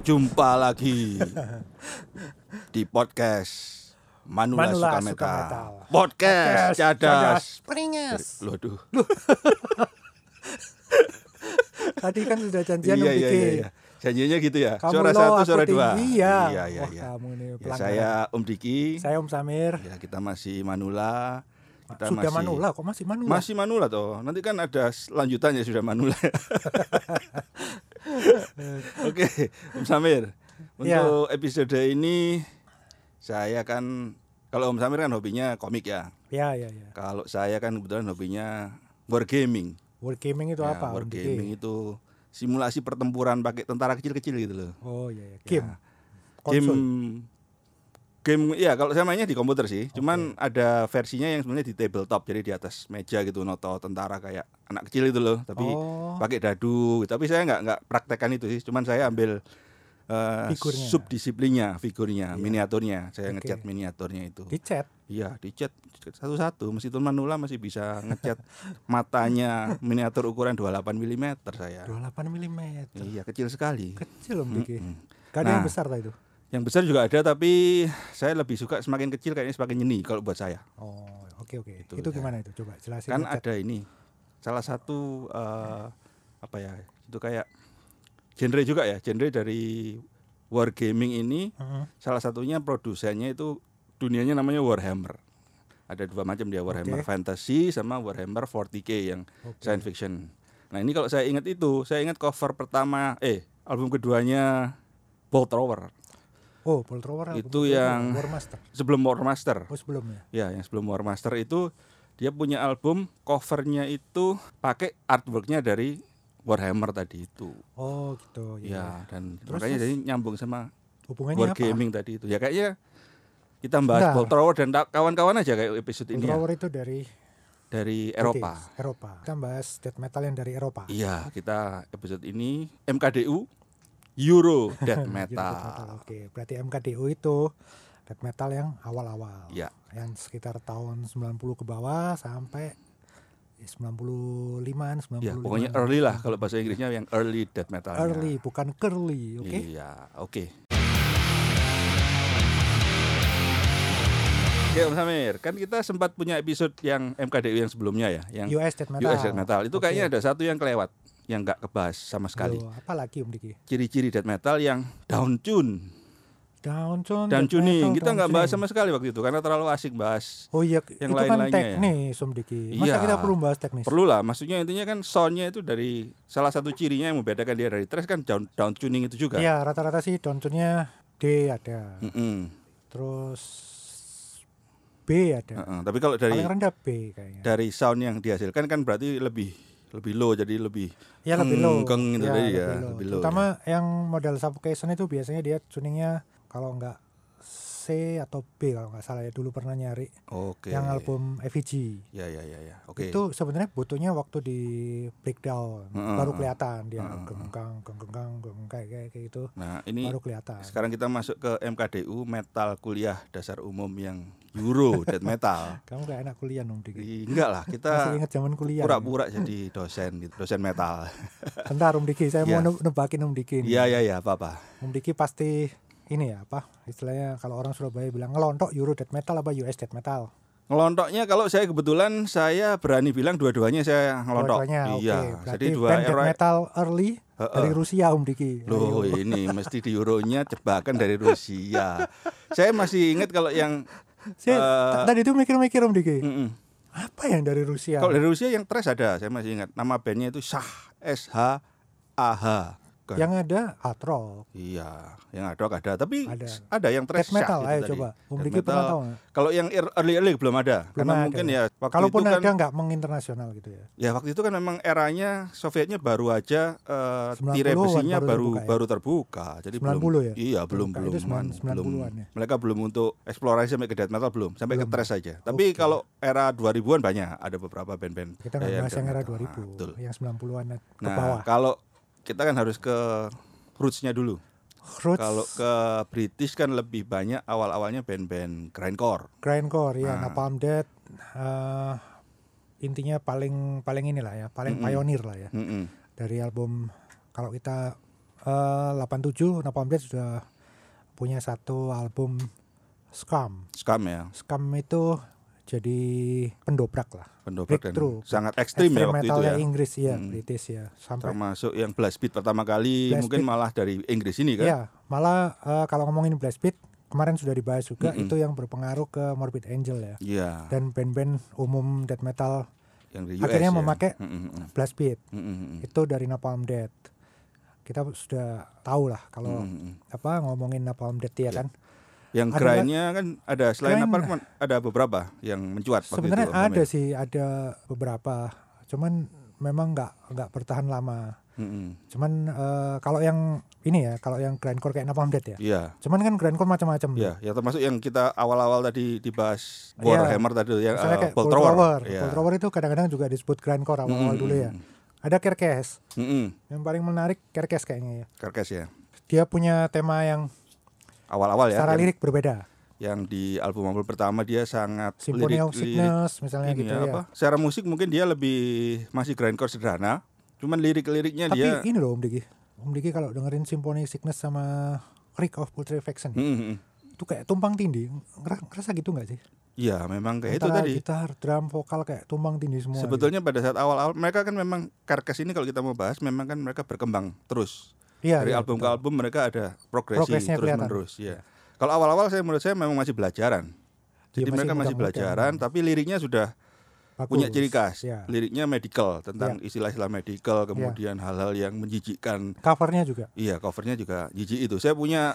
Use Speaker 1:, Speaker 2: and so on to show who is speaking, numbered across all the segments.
Speaker 1: Jumpa lagi di podcast Manula, Suka,
Speaker 2: Manula Suka
Speaker 1: Metal.
Speaker 2: Metal.
Speaker 1: Podcast,
Speaker 2: Podcast
Speaker 1: Cadas.
Speaker 2: Cadas.
Speaker 1: Peringas. Loh, aduh.
Speaker 2: Tadi kan sudah janjian
Speaker 1: Iya,
Speaker 2: mau
Speaker 1: iya, iya,
Speaker 2: bikin.
Speaker 1: iya. Janjinya gitu ya.
Speaker 2: Kamu
Speaker 1: suara
Speaker 2: lo,
Speaker 1: satu,
Speaker 2: aku
Speaker 1: suara dua.
Speaker 2: tinggi, ya.
Speaker 1: Iya, iya,
Speaker 2: Wah,
Speaker 1: iya.
Speaker 2: kamu nih
Speaker 1: Ya,
Speaker 2: pelanggaran.
Speaker 1: saya Om Diki.
Speaker 2: Saya Om Samir.
Speaker 1: Ya, kita masih Manula. Kita
Speaker 2: sudah
Speaker 1: masih,
Speaker 2: Manula, kok masih Manula?
Speaker 1: Masih Manula toh. Nanti kan ada lanjutannya sudah Manula. Oke, Om Samir.
Speaker 2: Ya.
Speaker 1: Untuk episode ini saya kan kalau Om Samir kan hobinya komik ya.
Speaker 2: Ya, ya, ya.
Speaker 1: Kalau saya kan kebetulan hobinya wargaming.
Speaker 2: Wargaming itu
Speaker 1: Ya,
Speaker 2: apa? Om Diki?
Speaker 1: wargaming itu simulasi pertempuran pakai tentara kecil-kecil gitu loh.
Speaker 2: Oh, ya, ya. Game.
Speaker 1: Game
Speaker 2: Konsol.
Speaker 1: game ya kalau saya mainnya di komputer sih. Cuman ada versinya yang sebenarnya di tabletop jadi di atas meja gitu noto tentara kayak anak kecil itu loh, tapi
Speaker 2: Oh.
Speaker 1: pakai dadu. gitu. Tapi saya nggak nggak praktekkan itu sih. Cuman saya ambil eh,
Speaker 2: Figurnya. Iya.
Speaker 1: subdisiplinnya, figurnya, miniaturnya. Saya
Speaker 2: Oke.
Speaker 1: ngecat miniaturnya itu.
Speaker 2: Di chat.
Speaker 1: Iya, dicat satu-satu. Meskipun manula masih bisa ngecat matanya miniatur ukuran 28 mm saya.
Speaker 2: 28 mm.
Speaker 1: Iya, kecil sekali.
Speaker 2: Kecil Om Diki.
Speaker 1: Mm-mm.
Speaker 2: Gak ada yang
Speaker 1: Nah.
Speaker 2: besar lah itu.
Speaker 1: Yang besar juga ada tapi saya lebih suka semakin kecil kayaknya semakin nyeni kalau buat saya.
Speaker 2: Oh, oke oke.
Speaker 1: Itu,
Speaker 2: Itu,
Speaker 1: ya.
Speaker 2: gimana itu? Coba jelasin.
Speaker 1: Kan
Speaker 2: ngechat.
Speaker 1: ada ini salah satu eh, apa ya? Itu kayak genre juga ya, genre dari wargaming ini
Speaker 2: Mm-mm.
Speaker 1: salah satunya produsennya itu dunianya namanya Warhammer. Ada dua macam dia Warhammer
Speaker 2: Oke.
Speaker 1: Fantasy sama Warhammer 40K yang
Speaker 2: Oke.
Speaker 1: science fiction. Nah, ini kalau saya ingat itu, saya ingat cover pertama eh album keduanya Bolt Thrower
Speaker 2: Oh, Poltrower
Speaker 1: Itu yang-
Speaker 2: War Master.
Speaker 1: sebelum War Master.
Speaker 2: Oh, sebelum ya.
Speaker 1: Ya, yang sebelum War Master itu dia punya album covernya itu pakai artworknya dari Warhammer tadi itu.
Speaker 2: Oh, gitu. Ya.
Speaker 1: Ya, dan
Speaker 2: Terus,
Speaker 1: makanya
Speaker 2: terus?
Speaker 1: jadi nyambung sama
Speaker 2: Hubungannya apa?
Speaker 1: wargaming tadi itu. Ya kayaknya kita bahas
Speaker 2: Bentar.
Speaker 1: Bolt Thrower dan ta- kawan-kawan aja kayak episode ini ya,
Speaker 2: Poltrower itu dari
Speaker 1: dari Eropa.
Speaker 2: British, Eropa. Kita bahas death metal yang dari Eropa.
Speaker 1: Iya, kita episode ini MKDU Euro Death
Speaker 2: Jadi death metal,
Speaker 1: Metal.
Speaker 2: Oke, berarti MKDU itu death metal yang awal-awal.
Speaker 1: Iya.
Speaker 2: Yang sekitar tahun 90 ke bawah sampai ya 95-an, 95.
Speaker 1: Ya, pokoknya early lah kalau bahasa Inggrisnya yang early death metal.
Speaker 2: Early, bukan curly, oke?
Speaker 1: Iya, oke. Oke Om Samir, kan kita sempat punya episode yang MKDU yang sebelumnya ya, yang
Speaker 2: US death Iya, metal.
Speaker 1: US Death Metal. Itu
Speaker 2: Oke. Iya.
Speaker 1: kayaknya ada satu yang kelewat, yang nggak kebahas sama sekali.
Speaker 2: Loh, apa lagi Om Diki?
Speaker 1: Ciri-ciri death metal yang down tune,
Speaker 2: Down tune,
Speaker 1: down
Speaker 2: death metal,
Speaker 1: tuning. Kita
Speaker 2: down
Speaker 1: nggak bahas
Speaker 2: tuning.
Speaker 1: sama sekali waktu itu karena terlalu asik bahas.
Speaker 2: Oh iya,
Speaker 1: yang
Speaker 2: itu kan
Speaker 1: lain-lainnya ya.
Speaker 2: teknis Om Diki. Masa
Speaker 1: Iya.
Speaker 2: kita perlu bahas teknis?
Speaker 1: Perlu lah, maksudnya intinya kan soundnya itu dari salah satu cirinya yang membedakan dia dari thrash kan down, down tuning itu juga. Hmm.
Speaker 2: Iya, rata-rata sih down tune-nya D ada.
Speaker 1: Mm-mm,
Speaker 2: Terus B ada.
Speaker 1: mm-mm. Tapi kalau Ah, dari
Speaker 2: Iya. Paling rendah B kayaknya.
Speaker 1: dari sound yang dihasilkan kan berarti lebih lebih low jadi lebih
Speaker 2: Ya lebih
Speaker 1: keng-
Speaker 2: low.
Speaker 1: keng gitu
Speaker 2: ya,
Speaker 1: tadi
Speaker 2: lebih
Speaker 1: ya,
Speaker 2: low.
Speaker 1: lebih low
Speaker 2: Terutama yang model suffocation itu biasanya dia tuningnya kalau nggak C atau B kalau nggak salah ya dulu pernah nyari
Speaker 1: oke
Speaker 2: yang album FEG.
Speaker 1: ya ya ya ya oke
Speaker 2: Itu sebenarnya butuhnya waktu di breakdown
Speaker 1: Heeh,
Speaker 2: baru
Speaker 1: heeh.
Speaker 2: kelihatan dia
Speaker 1: Heeh, heeh.
Speaker 2: genggang genggang genggang kayak kayak kayak gitu
Speaker 1: nah ini
Speaker 2: baru kelihatan.
Speaker 1: sekarang kita masuk ke MKDU metal kuliah dasar umum yang Euro death metal
Speaker 2: Kamu kayak anak kuliah dong Diki.
Speaker 1: Ih, enggak lah
Speaker 2: Masih
Speaker 1: kita
Speaker 2: ingat zaman kuliah. ya?
Speaker 1: pura-pura jadi dosen gitu dosen metal
Speaker 2: Bentar Om Diki, saya
Speaker 1: Iya.
Speaker 2: mau ne- nebakin Om Diki. nih.
Speaker 1: iya iya iya apa apa
Speaker 2: Om Diki pasti ini ya apa istilahnya kalau orang Surabaya bilang ngelontok Euro death metal apa US death metal.
Speaker 1: ngelontoknya kalau saya kebetulan saya berani bilang dua-duanya saya ngelontok
Speaker 2: Dua-duanya, oke.
Speaker 1: iya jadi
Speaker 2: Berarti
Speaker 1: dua
Speaker 2: band
Speaker 1: era
Speaker 2: death metal Iya, early
Speaker 1: Heeh.
Speaker 2: dari Rusia Om Diki.
Speaker 1: Loh iya.
Speaker 2: Ayo.
Speaker 1: ini mesti di euronya jebakan dari Rusia. Saya masih ingat kalau yang
Speaker 2: Saya
Speaker 1: eh,
Speaker 2: tadi itu mikir-mikir Om Diki.
Speaker 1: mm-mm.
Speaker 2: Apa yang dari Rusia?
Speaker 1: kalau dari Rusia yang trash ada, saya masih ingat nama bandnya itu Shah S H A H. Bukan.
Speaker 2: Yang ada hard rock,
Speaker 1: iya, yang ada ada, tapi
Speaker 2: Ada.
Speaker 1: s- ada, yang trash gitu
Speaker 2: death metal. Ayo coba. Om
Speaker 1: Death
Speaker 2: Diki pernah
Speaker 1: metal.
Speaker 2: tahu nggak?
Speaker 1: Kalau yang early early belum ada,
Speaker 2: Belum
Speaker 1: karena
Speaker 2: ada.
Speaker 1: mungkin ya waktu
Speaker 2: Kalaupun
Speaker 1: itu kan
Speaker 2: ada nggak menginternasional gitu ya.
Speaker 1: ya waktu itu kan memang eranya Sovietnya baru aja eh
Speaker 2: 90-an
Speaker 1: tirai besinya
Speaker 2: baru
Speaker 1: baru
Speaker 2: terbuka ya?
Speaker 1: baru terbuka, jadi belum
Speaker 2: 90 ya?
Speaker 1: iya belum
Speaker 2: Terbuka itu
Speaker 1: belum
Speaker 2: sembilan-
Speaker 1: anu, belum
Speaker 2: 90-an ya?
Speaker 1: mereka belum untuk eksplorasi sampai ke death metal belum sampai ke
Speaker 2: Belum.
Speaker 1: thrash saja tapi
Speaker 2: Oke.
Speaker 1: kalau era 2000-an banyak ada beberapa band-band
Speaker 2: Kita nggak
Speaker 1: eh,
Speaker 2: bahas yang
Speaker 1: death
Speaker 2: era
Speaker 1: metal.
Speaker 2: 2000,
Speaker 1: Ah, betul.
Speaker 2: yang 90-an ke
Speaker 1: nah
Speaker 2: bawah.
Speaker 1: kalau kita kan harus ke rootsnya dulu
Speaker 2: Roots,
Speaker 1: kalau ke British kan lebih banyak awal-awalnya band-band grindcore
Speaker 2: grindcore ya,
Speaker 1: Nah.
Speaker 2: Napalm Death, eh, intinya paling paling inilah ya, paling
Speaker 1: Mm-mm.
Speaker 2: pioneer lah ya.
Speaker 1: Mm-mm.
Speaker 2: dari album kalau kita eh, 87 Napalm Death sudah punya satu album Scum.
Speaker 1: Scam ya,
Speaker 2: Scum itu jadi pendobrak lah.
Speaker 1: pendobrak dan
Speaker 2: Breakthrough.
Speaker 1: sangat ekstrim ya waktu itu
Speaker 2: metalnya
Speaker 1: ya.
Speaker 2: Inggris ya,
Speaker 1: Hmm.
Speaker 2: British ya. Sampai
Speaker 1: Termasuk yang blast beat pertama kali
Speaker 2: Blast
Speaker 1: mungkin
Speaker 2: beat.
Speaker 1: malah dari Inggris ini kan.
Speaker 2: ya, malah eh, kalau ngomongin Blast Beat kemarin sudah dibahas juga
Speaker 1: Mm-mm.
Speaker 2: itu yang berpengaruh ke Morbid Angel ya
Speaker 1: Iya.
Speaker 2: dan band-band umum death metal
Speaker 1: Yang dari US.
Speaker 2: akhirnya
Speaker 1: ya.
Speaker 2: memakai- Gitu
Speaker 1: Mm, mm, mm.
Speaker 2: Blast Beat
Speaker 1: Mm, mm, mm.
Speaker 2: itu dari Napalm Death. Kita sudah tahu lah kalau
Speaker 1: Mm, mm, mm.
Speaker 2: apa ngomongin Napalm Death
Speaker 1: Iya.
Speaker 2: ya kan.
Speaker 1: Yang
Speaker 2: Ada
Speaker 1: grindnya kan ada selain
Speaker 2: Grind-
Speaker 1: apa cuman ada beberapa yang mencuat waktu
Speaker 2: Sebenarnya
Speaker 1: itu,
Speaker 2: ada
Speaker 1: Om Amir.
Speaker 2: sih ada beberapa, cuman memang nggak nggak bertahan lama.
Speaker 1: Mm, mm.
Speaker 2: Cuman eh, kalau yang ini ya, kalau yang grindcore kayak Napalm Death ya.
Speaker 1: Iya.
Speaker 2: Cuman kan grindcore macam-macam.
Speaker 1: Ya, ya termasuk yang kita awal-awal tadi dibahas
Speaker 2: Iya.
Speaker 1: Warhammer tadi yang
Speaker 2: Misalnya
Speaker 1: uh,
Speaker 2: kayak
Speaker 1: Bolt
Speaker 2: Bolt
Speaker 1: Thrower.
Speaker 2: Thrower.
Speaker 1: Iya.
Speaker 2: Bolt Thrower itu kadang-kadang juga disebut
Speaker 1: Mm,
Speaker 2: grindcore awal-awal
Speaker 1: mm,
Speaker 2: dulu ya.
Speaker 1: mm,
Speaker 2: Ada Kerkes.
Speaker 1: mm, mm.
Speaker 2: Yang paling menarik Kerkes kayaknya ya.
Speaker 1: Kerkes ya.
Speaker 2: Dia punya tema yang
Speaker 1: Awal-awal ya.
Speaker 2: secara
Speaker 1: yang-
Speaker 2: lirik berbeda.
Speaker 1: yang di album album pertama dia sangat
Speaker 2: Symphony of
Speaker 1: lirik
Speaker 2: Sickness misalnya
Speaker 1: ini
Speaker 2: gitu
Speaker 1: ya,
Speaker 2: ya.
Speaker 1: apa? Secara musik mungkin dia lebih masih grindcore sederhana, cuman lirik-liriknya
Speaker 2: Tapi
Speaker 1: dia
Speaker 2: ini loh Om Diki. Om Diki kalau dengerin Symphony Sickness sama Rick of Putrefaction
Speaker 1: Hmm, hmm, hmm.
Speaker 2: itu kayak tumpang tindih. Ngera- Ngerasa gitu nggak sih?
Speaker 1: Iya, memang kayak itu
Speaker 2: Antara
Speaker 1: tadi.
Speaker 2: Gitar, drum, vokal kayak tumpang tindih semua. gitu.
Speaker 1: Sebetulnya pada saat awal-awal mereka kan memang Karkes ini kalau kita mau bahas memang kan mereka berkembang terus.
Speaker 2: gitu. Iya,
Speaker 1: Dari
Speaker 2: iya,
Speaker 1: album
Speaker 2: betul.
Speaker 1: ke album mereka ada progresi terus
Speaker 2: Progresnya kelihatan.
Speaker 1: menerus, ya. Kalau awal-awal saya menurut saya memang masih belajaran.
Speaker 2: Iya,
Speaker 1: Jadi mereka masih
Speaker 2: muda-muda.
Speaker 1: belajaran, tapi liriknya sudah
Speaker 2: Bagus. Ya.
Speaker 1: punya ciri khas.
Speaker 2: Iya.
Speaker 1: Liriknya medical tentang istilah-istilah
Speaker 2: Ya.
Speaker 1: medical, kemudian hal-hal yang menjijikkan
Speaker 2: Covernya juga.
Speaker 1: Iya, covernya juga jijik itu. Saya punya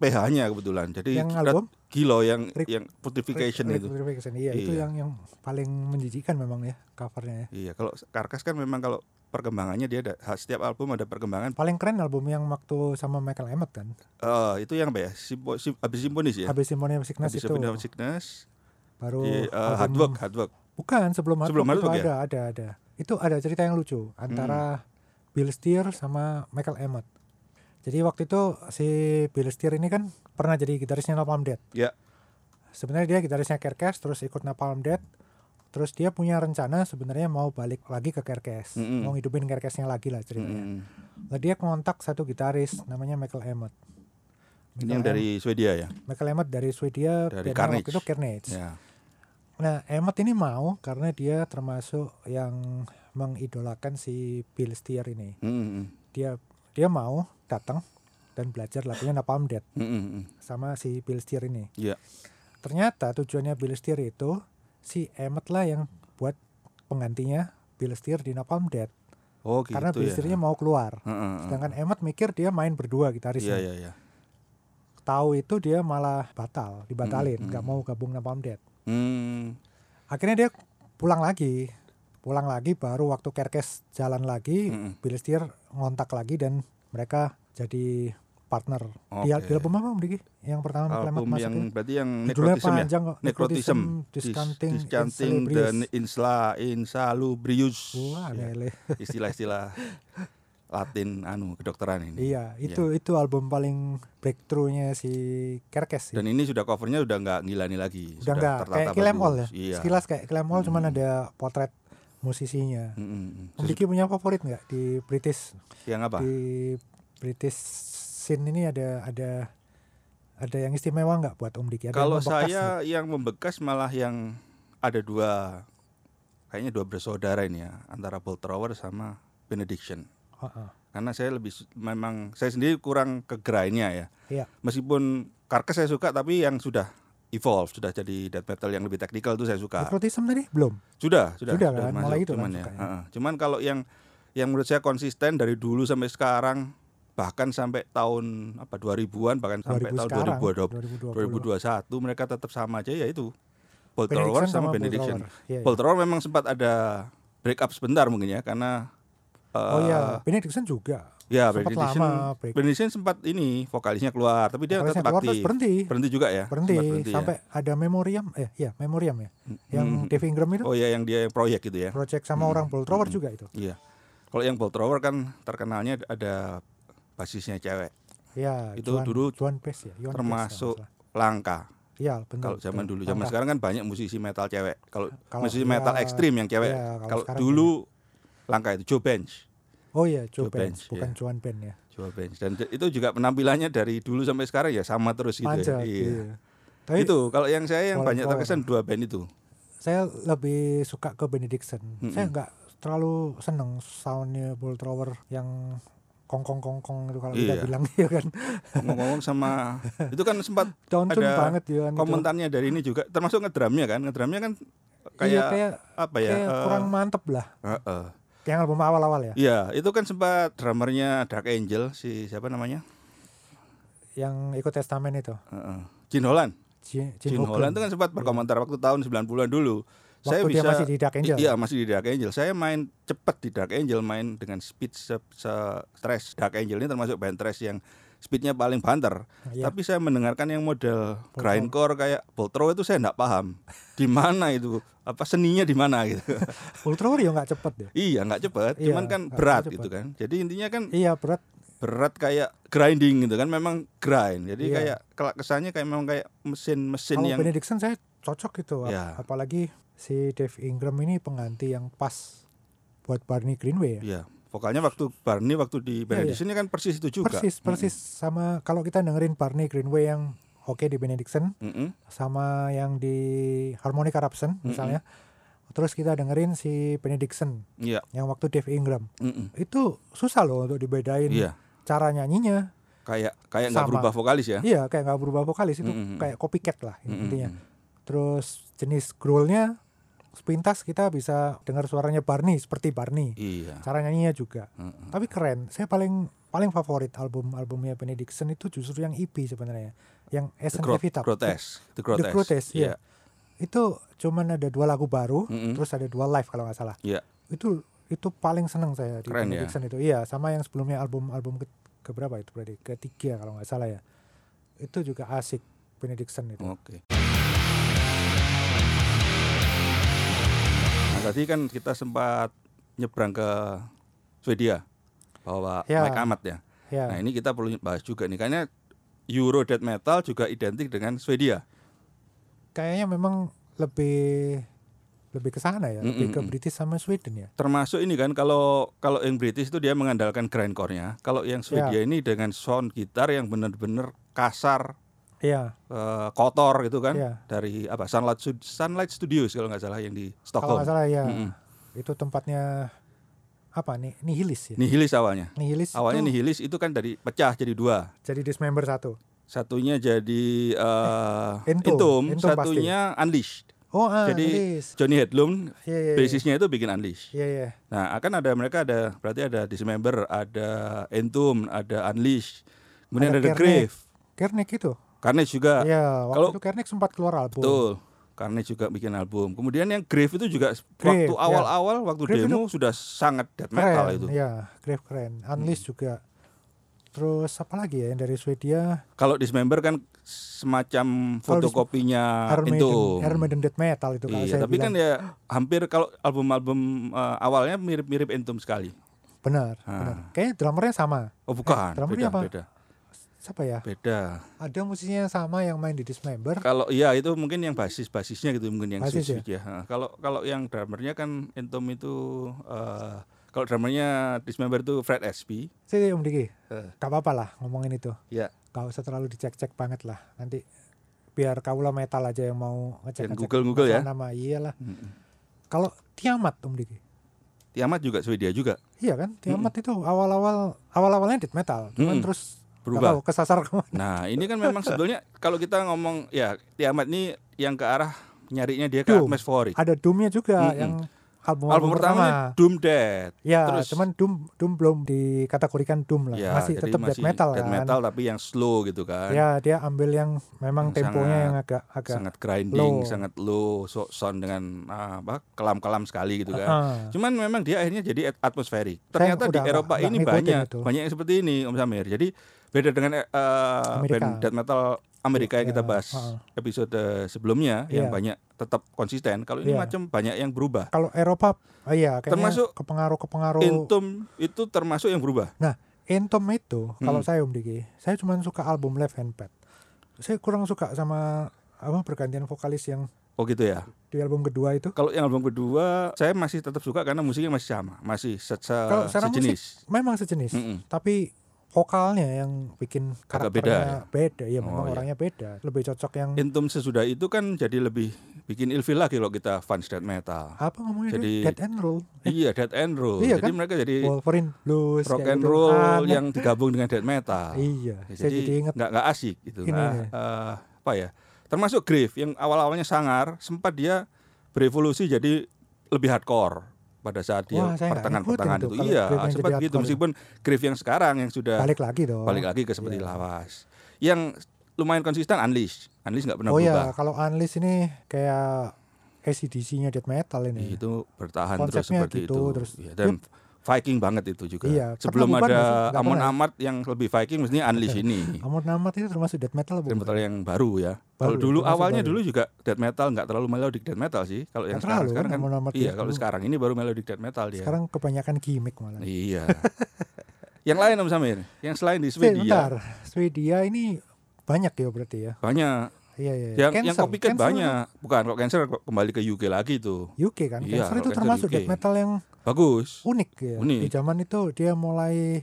Speaker 1: PH-nya kebetulan. Jadi
Speaker 2: Yang
Speaker 1: Red
Speaker 2: album?
Speaker 1: Gilo yang
Speaker 2: Rick-
Speaker 1: yang Putrefaction
Speaker 2: Rick
Speaker 1: itu.
Speaker 2: Putrefaction, Iya, itu
Speaker 1: Iya.
Speaker 2: yang yang paling menjijikkan memang ya covernya ya.
Speaker 1: Iya, kalau Karkas kan memang kalau perkembangannya dia ada setiap album ada perkembangan.
Speaker 2: Paling keren album yang waktu sama Michael Emmett kan.
Speaker 1: Eh, itu yang apa ya? Simpo, sim, habis simfonis ya.
Speaker 2: Habis Symphony of Sickness
Speaker 1: Habis
Speaker 2: itu
Speaker 1: Symphony of Sickness,
Speaker 2: baru
Speaker 1: di eh,
Speaker 2: album-
Speaker 1: Hard Work, Hard Work.
Speaker 2: Bukan sebelum Hard
Speaker 1: Sebelum
Speaker 2: Rock
Speaker 1: Hard
Speaker 2: itu
Speaker 1: Rock ya? Hmm.
Speaker 2: ada ada ada. Itu ada cerita yang lucu antara Bill Steer sama Michael Emmett. Jadi waktu itu si Bill Steer ini kan pernah jadi gitarisnya Napalm Death.
Speaker 1: Ya.
Speaker 2: Sebenarnya dia gitarisnya Kerkes terus ikut Napalm Death. Terus dia punya rencana sebenarnya mau balik lagi ke Kerkes,
Speaker 1: Mm-mm.
Speaker 2: mau hidupin Kerkesnya lagi lah ceritanya.
Speaker 1: Mm-mm.
Speaker 2: Nah dia kontak satu gitaris namanya Michael Emmett.
Speaker 1: Ini yang dari Swedia ya.
Speaker 2: Em- Michael Emmett dari Swedia,
Speaker 1: Dari
Speaker 2: bandnya waktu
Speaker 1: Carnage.
Speaker 2: itu Carnage.
Speaker 1: Ya.
Speaker 2: Nah, Emmet ini mau karena dia termasuk yang mengidolakan si Bill Steer ini.
Speaker 1: Mm-mm.
Speaker 2: Dia dia mau datang dan belajar lagunya Napalm Death
Speaker 1: Mm-mm.
Speaker 2: sama si Bill Steer ini.
Speaker 1: Iya.
Speaker 2: Ternyata tujuannya Bill Steer itu si Emmet lah yang buat penggantinya Bill Steer di Napalm Death
Speaker 1: Oh, gitu
Speaker 2: karena Bill
Speaker 1: ya.
Speaker 2: Steer-nya mau keluar.
Speaker 1: Heeh, heeh.
Speaker 2: Sedangkan Emmet mikir dia main berdua gitarisnya.
Speaker 1: Iya, iya, iya.
Speaker 2: Tahu itu dia malah batal, dibatalin, nggak mau gabung Napalm Death.
Speaker 1: Hmm.
Speaker 2: akhirnya dia pulang lagi pulang lagi baru waktu Kerkes jalan lagi
Speaker 1: Mm-mm.
Speaker 2: Bill Steer ngontak lagi dan mereka jadi partner di, al-
Speaker 1: Oke.
Speaker 2: di album apa Om Diki? yang pertama Clement
Speaker 1: album
Speaker 2: masuk
Speaker 1: yang
Speaker 2: ya?
Speaker 1: berarti yang
Speaker 2: Judulnya
Speaker 1: nekrotisme ya.
Speaker 2: panjang kok.
Speaker 1: Necrotism,
Speaker 2: Necrotism, Discounting,
Speaker 1: Dis- discounting
Speaker 2: Insalubrious.
Speaker 1: the insla insalubrius.
Speaker 2: Wah,
Speaker 1: Ya,
Speaker 2: lele.
Speaker 1: Istilah-istilah Latin anu kedokteran ini.
Speaker 2: iya itu itu album paling breakthrough-nya si Kerkes sih.
Speaker 1: Dan ini sudah covernya sudah nggak ngilani lagi,
Speaker 2: udah enggak kayak
Speaker 1: tertata
Speaker 2: Kill Em All ya
Speaker 1: bagus. Iya.
Speaker 2: sekilas kayak Kill Em All cuman
Speaker 1: Mm.
Speaker 2: ada potret musisinya
Speaker 1: Mm, mm, mm.
Speaker 2: Om Diki punya favorit nggak di British
Speaker 1: yang apa?
Speaker 2: di British scene ini ada ada ada yang istimewa nggak buat Om Diki? Ada yang
Speaker 1: Kalau
Speaker 2: membekas nggak?
Speaker 1: saya yang membekas malah yang ada dua kayaknya dua bersaudara ini ya, antara Bolt Thrower sama Benediction.
Speaker 2: Heeh.
Speaker 1: Karena saya lebih su- memang saya sendiri kurang ke grindnya ya.
Speaker 2: Iya.
Speaker 1: meskipun Karkes saya suka tapi yang sudah evolve sudah jadi death metal yang lebih teknikal itu saya suka
Speaker 2: Necrotism tadi belum.
Speaker 1: sudah sudah
Speaker 2: Sudah kan? Malah itu kan
Speaker 1: cuman ya
Speaker 2: sukanya.
Speaker 1: heeh. cuman kalau yang yang menurut saya konsisten dari dulu sampai sekarang bahkan sampai tahun apa 2000-an bahkan sampai
Speaker 2: 2000
Speaker 1: tahun
Speaker 2: sekarang.
Speaker 1: 2020,
Speaker 2: 2020.
Speaker 1: 2021 mereka tetap sama aja yaitu Bolt Thrower
Speaker 2: Benediction
Speaker 1: sama
Speaker 2: Bolt
Speaker 1: Benediction.
Speaker 2: Thrower. Iya, iya.
Speaker 1: Bolt Thrower memang sempat ada break up sebentar mungkin ya karena
Speaker 2: Oh ya,
Speaker 1: eh,
Speaker 2: Benediction juga.
Speaker 1: Ya,
Speaker 2: Sempat
Speaker 1: Benediction,
Speaker 2: lama break.
Speaker 1: Benediction sempat ini vokalisnya keluar, tapi dia
Speaker 2: Vokalisnya
Speaker 1: tetap
Speaker 2: keluar, terus
Speaker 1: aktif.
Speaker 2: berhenti.
Speaker 1: Berhenti juga ya?
Speaker 2: Berhenti,
Speaker 1: Sempat ya?
Speaker 2: sampai ada Memoriam, eh ya Memoriam ya, yang Dave Ingram itu
Speaker 1: Oh iya, yang dia proyek gitu ya.
Speaker 2: project sama orang Bolt Thrower juga itu.
Speaker 1: Iya. Kalau yang Bolt Thrower kan terkenalnya ada basisnya cewek,
Speaker 2: Ya,
Speaker 1: Itu dulu
Speaker 2: Juan Pace ya, Juan Pace kalau nggak
Speaker 1: termasuk
Speaker 2: salah.
Speaker 1: langka.
Speaker 2: Iya,
Speaker 1: Kalau
Speaker 2: benar.
Speaker 1: zaman
Speaker 2: betul.
Speaker 1: dulu, zaman
Speaker 2: Langkah.
Speaker 1: sekarang kan banyak musisi metal cewek. Kalau
Speaker 2: Kalau-
Speaker 1: musisi
Speaker 2: iya,
Speaker 1: metal ekstrim yang cewek.
Speaker 2: iya, kalau
Speaker 1: kalau
Speaker 2: sekarang
Speaker 1: dulu langka itu Joe Bench.
Speaker 2: Oh iya, Joe,
Speaker 1: Joe
Speaker 2: Benz,
Speaker 1: Benz,
Speaker 2: bukan
Speaker 1: iya.
Speaker 2: Juan Ben ya.
Speaker 1: Joe Bench. Dan j- itu juga penampilannya dari dulu sampai sekarang ya sama terus gitu
Speaker 2: Panjat,
Speaker 1: ya. Iya.
Speaker 2: iya. Tapi
Speaker 1: itu kalau yang saya yang
Speaker 2: Walau
Speaker 1: banyak
Speaker 2: kawan.
Speaker 1: terkesan dua band itu.
Speaker 2: saya lebih suka ke Benediction. Saya nggak terlalu seneng soundnya Bulltrower yang kong kong kong kong itu kalau kita
Speaker 1: Iya.
Speaker 2: bilang ya kan
Speaker 1: Ngomong-ngomong sama itu kan sempat
Speaker 2: downturn
Speaker 1: Ada
Speaker 2: banget ya kan itu.
Speaker 1: komentarnya dari ini juga termasuk ngedrumnya kan. Ngedrumnya kan kayak
Speaker 2: Iya, kayak,
Speaker 1: apa ya?
Speaker 2: kayak
Speaker 1: eh,
Speaker 2: kurang mantep lah
Speaker 1: Heeh.
Speaker 2: yang album awal-awal ya
Speaker 1: Iya, itu kan sempat drummernya Dark Angel si siapa namanya?
Speaker 2: yang ikut testamen itu
Speaker 1: Heeh. Jin Holland.
Speaker 2: Jin,
Speaker 1: Jin,
Speaker 2: Hogan.
Speaker 1: Holland itu kan sempat berkomentar waktu tahun 90-an dulu. saya
Speaker 2: Waktu dia
Speaker 1: bisa
Speaker 2: masih di Dark Angel.
Speaker 1: Iya, masih di Dark Angel. Saya main cepat di Dark Angel, main dengan speed se, se- thrash. Dark Angel ini termasuk band thrash yang speednya paling banter.
Speaker 2: Iya.
Speaker 1: Tapi saya mendengarkan yang model
Speaker 2: Boltrow.
Speaker 1: grindcore kayak Boltrow itu saya nggak paham. Di mana itu? Apa seninya di mana gitu.
Speaker 2: Ultra Warrior ya nggak cepet deh
Speaker 1: iya, nggak cepat,
Speaker 2: Iya,
Speaker 1: cuman kan
Speaker 2: nggak
Speaker 1: berat
Speaker 2: cepet.
Speaker 1: gitu kan. Jadi intinya kan
Speaker 2: iya berat
Speaker 1: berat kayak grinding gitu kan memang grind. Jadi
Speaker 2: Iya.
Speaker 1: kayak kelak kesannya kayak memang kayak mesin-mesin
Speaker 2: kalau
Speaker 1: yang
Speaker 2: Benediction saya cocok gitu Ap-
Speaker 1: Iya.
Speaker 2: apalagi si Dave Ingram ini pengganti yang pas buat Barney Greenway ya Iya,
Speaker 1: Iya, vokalnya waktu Barney waktu di Benediction ini kan persis itu juga.
Speaker 2: persis persis sama kalau kita dengerin Barney Greenway yang oke di Benediction
Speaker 1: Mm-mm.
Speaker 2: sama yang di Harmonic Corruption misalnya terus kita dengerin si Benediction
Speaker 1: Iya.
Speaker 2: yang waktu Dave Ingram
Speaker 1: Mm-mm.
Speaker 2: itu susah loh untuk dibedain
Speaker 1: Iya.
Speaker 2: cara nyanyinya
Speaker 1: Kayak kayak nggak
Speaker 2: Sama.
Speaker 1: berubah vokalis ya.
Speaker 2: iya kayak nggak berubah vokalis itu
Speaker 1: Mm-mm.
Speaker 2: kayak copycat lah
Speaker 1: Mm-mm.
Speaker 2: intinya terus jenis growlnya sepintas kita bisa dengar suaranya Barney seperti Barney
Speaker 1: Iya.
Speaker 2: cara nyanyinya juga
Speaker 1: Mm-mm.
Speaker 2: tapi keren saya paling paling favorit album albumnya Benediction itu justru yang EP sebenarnya yang
Speaker 1: The
Speaker 2: Essence
Speaker 1: Gro-
Speaker 2: Evita
Speaker 1: Grotesque. The
Speaker 2: The
Speaker 1: Grotesque.
Speaker 2: Grotesque,
Speaker 1: Iya.
Speaker 2: iya. itu cuman ada dua lagu baru
Speaker 1: Mm-mm.
Speaker 2: terus ada dua live kalau nggak salah
Speaker 1: Iya.
Speaker 2: itu itu paling seneng saya di
Speaker 1: Keren ya.
Speaker 2: Benediction itu iya sama yang sebelumnya album album ke, keberapa itu berarti ketiga kalau nggak salah ya itu juga asik Benediction itu
Speaker 1: Oke. Nah, tadi kan kita sempat nyebrang ke Swedia bawa
Speaker 2: Ya.
Speaker 1: Mike Amat ya.
Speaker 2: ya
Speaker 1: Nah, ini kita perlu bahas juga nih karena Euro death metal juga identik dengan Swedia.
Speaker 2: kayaknya memang lebih lebih ke sana ya lebih ke
Speaker 1: Mm-mm-mm.
Speaker 2: British sama Sweden ya
Speaker 1: termasuk ini kan kalau kalau yang British itu dia mengandalkan grindcore-nya. Kalau
Speaker 2: Ya.
Speaker 1: yang Swedia ini dengan sound gitar yang benar-benar kasar,
Speaker 2: iya
Speaker 1: eh, kotor gitu kan.
Speaker 2: Iya.
Speaker 1: Dari apa Sunlight Stud- Sunlight Studios kalau nggak salah yang di
Speaker 2: kalau nggak
Speaker 1: Stockholm.
Speaker 2: salah ya
Speaker 1: Mm-mm.
Speaker 2: itu tempatnya apa nih nihilis ya
Speaker 1: Nihilis awalnya.
Speaker 2: nihilis
Speaker 1: Awalnya
Speaker 2: itu
Speaker 1: Nihilis itu kan dari pecah jadi dua.
Speaker 2: jadi dismember satu
Speaker 1: Satunya jadi eh,
Speaker 2: Entom.
Speaker 1: Entom,
Speaker 2: Entom pasti.
Speaker 1: satunya Unleashed.
Speaker 2: oh ah,
Speaker 1: Jadi-
Speaker 2: nihilis
Speaker 1: Johnny Headlum
Speaker 2: iya iya iya.
Speaker 1: basisnya itu bikin Unleashed.
Speaker 2: iya iya
Speaker 1: Nah, akan ada mereka ada berarti ada Dismember, ada Entom, ada Unleashed. Kemudian
Speaker 2: Ada
Speaker 1: ada, The
Speaker 2: Kernek.
Speaker 1: Grave.
Speaker 2: Kernek itu
Speaker 1: Karena juga
Speaker 2: Iya, waktu
Speaker 1: kalau-
Speaker 2: itu Kernek sempat keluar album
Speaker 1: Betul. Karena juga bikin album. Kemudian yang Grave itu juga
Speaker 2: Grave,
Speaker 1: waktu
Speaker 2: ya.
Speaker 1: awal-awal waktu
Speaker 2: Grave
Speaker 1: demo sudah sangat death metal
Speaker 2: keren
Speaker 1: itu. Hmm.
Speaker 2: ya Grave keren Unleashed juga terus apa lagi ya yang dari Swedia
Speaker 1: Kalau dismember kan semacam
Speaker 2: Kalau Dis-
Speaker 1: fotokopinya
Speaker 2: Iron Maiden
Speaker 1: itu.
Speaker 2: Iron Maiden Death Metal itu kalau
Speaker 1: Ah, Iya,
Speaker 2: saya
Speaker 1: tapi kan
Speaker 2: bilang.
Speaker 1: ya hampir kalau album-album eh, awalnya mirip-mirip Entum sekali.
Speaker 2: benar
Speaker 1: Ah.
Speaker 2: benar kayaknya drummernya sama
Speaker 1: Oh bukan, beda,
Speaker 2: drummernya Eh, apa?
Speaker 1: beda,
Speaker 2: siapa ya
Speaker 1: beda.
Speaker 2: ada musisinya yang sama yang main di Dismember
Speaker 1: Kalau iya itu mungkin yang basis-basisnya gitu mungkin yang Swiss
Speaker 2: Basis
Speaker 1: ya. Nah, Kalau kalau yang drummernya kan Entum itu eh, kalau drummernya dismember itu Fred SB.
Speaker 2: Sih Om Diki,
Speaker 1: Eh.
Speaker 2: gak apa-apa lah ngomongin itu.
Speaker 1: Ya,
Speaker 2: Gak usah terlalu dicek-cek banget lah. Nanti biar kaula metal aja yang mau ngecek
Speaker 1: Yang Google-Google ya.
Speaker 2: Nama iyalah.
Speaker 1: Mm-mm.
Speaker 2: Kalau Tiamat Om Diki.
Speaker 1: Tiamat juga Swedia juga.
Speaker 2: Iya kan? Tiamat itu awal-awal awal-awalnya death metal. Cuman
Speaker 1: Mm-mm.
Speaker 2: terus nggak
Speaker 1: Berubah.
Speaker 2: tahu kesasar kemana.
Speaker 1: Nah, ini kan memang sebetulnya kalau kita ngomong ya Tiamat ini yang ke arah nyarinya dia ke
Speaker 2: Doom.
Speaker 1: atmosferik.
Speaker 2: Ada Doomnya juga
Speaker 1: Mm-mm.
Speaker 2: yang album,
Speaker 1: Album pertamanya
Speaker 2: pertama.
Speaker 1: Doom Dead.
Speaker 2: Ya,
Speaker 1: terus-
Speaker 2: cuman Doom Doom belum dikategorikan Doom lah.
Speaker 1: Ya,
Speaker 2: Nah, masih
Speaker 1: jadi
Speaker 2: tetap death metal
Speaker 1: death
Speaker 2: kan.
Speaker 1: metal tapi yang slow gitu kan.
Speaker 2: Ya, dia ambil yang memang
Speaker 1: Yang
Speaker 2: temponya
Speaker 1: sangat-
Speaker 2: yang agak agak
Speaker 1: sangat grinding,
Speaker 2: low.
Speaker 1: sangat low, so- sound dengan ah, apa kelam-kelam sekali gitu kan.
Speaker 2: Ah,
Speaker 1: Cuman memang dia akhirnya jadi at- atmosferik.
Speaker 2: Saya
Speaker 1: Ternyata di
Speaker 2: udah
Speaker 1: Eropa
Speaker 2: nggak
Speaker 1: ini
Speaker 2: ngikutin
Speaker 1: banyak
Speaker 2: itu.
Speaker 1: banyak yang seperti ini Om Samir. Jadi beda dengan eh, eh,
Speaker 2: Amerika.
Speaker 1: band death metal Amerika yang
Speaker 2: Ya,
Speaker 1: kita bahas
Speaker 2: heeh.
Speaker 1: episode sebelumnya yang
Speaker 2: Iya.
Speaker 1: banyak tetap konsisten. Kalau ini
Speaker 2: Iya.
Speaker 1: macam banyak yang berubah.
Speaker 2: Kalau Eropa, ah, iya kayaknya
Speaker 1: Termasuk
Speaker 2: kepengaruh-kepengaruh
Speaker 1: Entum itu termasuk yang berubah.
Speaker 2: Entom Nah, itu kalau
Speaker 1: Hmm.
Speaker 2: saya Om Diki, saya cuma suka album Left Hand Pad. Saya kurang suka sama apa pergantian vokalis yang
Speaker 1: Oh gitu ya.
Speaker 2: di album kedua itu.
Speaker 1: Kalau yang album kedua saya masih tetap suka karena musiknya masih sama, masih se- se-
Speaker 2: Kalau secara musik
Speaker 1: sejenis.
Speaker 2: memang sejenis,
Speaker 1: Mm-mm.
Speaker 2: tapi vokalnya yang bikin
Speaker 1: Hmm, Agak
Speaker 2: karakternya beda, ya
Speaker 1: Oh,
Speaker 2: memang
Speaker 1: iya.
Speaker 2: orangnya beda lebih cocok yang
Speaker 1: Intum sesudah itu kan jadi lebih bikin ilfil lagi kalau kita fans death metal.
Speaker 2: apa ngomongnya
Speaker 1: jadi-
Speaker 2: Dead and Roll
Speaker 1: Iya, death and roll.
Speaker 2: Eh. Iya
Speaker 1: jadi
Speaker 2: kan?
Speaker 1: mereka jadi
Speaker 2: Wolverine Blues
Speaker 1: rock and
Speaker 2: kayak gitu.
Speaker 1: roll
Speaker 2: Aneh.
Speaker 1: yang digabung dengan death metal.
Speaker 2: iya
Speaker 1: Ya,
Speaker 2: saya jadi
Speaker 1: jadi
Speaker 2: inget
Speaker 1: nggak nggak asik gitu.
Speaker 2: Ini
Speaker 1: Nah,
Speaker 2: nih.
Speaker 1: eh, apa ya? Termasuk Grave yang awal-awalnya sangar, sempat dia berevolusi jadi lebih hardcore pada saat dia
Speaker 2: Wah, saya nggak
Speaker 1: pertengahan-pertengahan
Speaker 2: ngikutin
Speaker 1: itu.
Speaker 2: tuh kalau
Speaker 1: Iya,
Speaker 2: Grave yang jadi
Speaker 1: sempat gitu.
Speaker 2: hardcore.
Speaker 1: Meskipun Grave yang sekarang yang sudah
Speaker 2: balik lagi dong
Speaker 1: balik lagi ke seperti
Speaker 2: Iya.
Speaker 1: lawas. Yang lumayan konsisten Unleash. Unleash nggak pernah
Speaker 2: oh
Speaker 1: berubah.
Speaker 2: ya kalau Unleash ini kayak ACDC-nya Dead Metal ini
Speaker 1: Itu bertahan terus
Speaker 2: Iya. Konsepnya
Speaker 1: seperti
Speaker 2: gitu,
Speaker 1: itu.
Speaker 2: terus-
Speaker 1: Iya, dan Viking banget itu juga.
Speaker 2: Iya, pernah
Speaker 1: Sebelum
Speaker 2: bubar nggak sih?
Speaker 1: ada
Speaker 2: Nggak
Speaker 1: Amon
Speaker 2: pernah ya?
Speaker 1: Amat yang lebih Viking mestinya Unleash ini.
Speaker 2: Amor Namat itu termasuk Dead Metal apa
Speaker 1: Death
Speaker 2: bukan?
Speaker 1: metal yang baru ya. Kalau
Speaker 2: Baru ya,
Speaker 1: dulu
Speaker 2: termasuk
Speaker 1: awalnya
Speaker 2: baru.
Speaker 1: dulu juga death metal nggak terlalu melodic death metal sih. Kalau yang
Speaker 2: Nggak terlalu
Speaker 1: sekarang sekarang
Speaker 2: kan,
Speaker 1: kan
Speaker 2: Amon Amarth
Speaker 1: iya
Speaker 2: ya.
Speaker 1: kalau
Speaker 2: Dulu-
Speaker 1: sekarang ini baru melodic death metal dia.
Speaker 2: sekarang kebanyakan gimmick malah
Speaker 1: Iya. yang lain Om Samir, yang selain di
Speaker 2: Swedia.
Speaker 1: Swedia
Speaker 2: Eh, Swedia ini banyak ya berarti ya.
Speaker 1: banyak.
Speaker 2: Iya kan? iya.
Speaker 1: Yang yang
Speaker 2: Cancer.
Speaker 1: copycat
Speaker 2: Cancer
Speaker 1: banyak. Bukan kalau cancer kok kembali ke UK lagi tuh.
Speaker 2: UK kan.
Speaker 1: Iya,
Speaker 2: Cancer
Speaker 1: kalau
Speaker 2: itu
Speaker 1: Cancer
Speaker 2: termasuk
Speaker 1: UK.
Speaker 2: death metal yang
Speaker 1: Bagus.
Speaker 2: unik ya.
Speaker 1: Unik.
Speaker 2: Di zaman itu dia mulai eh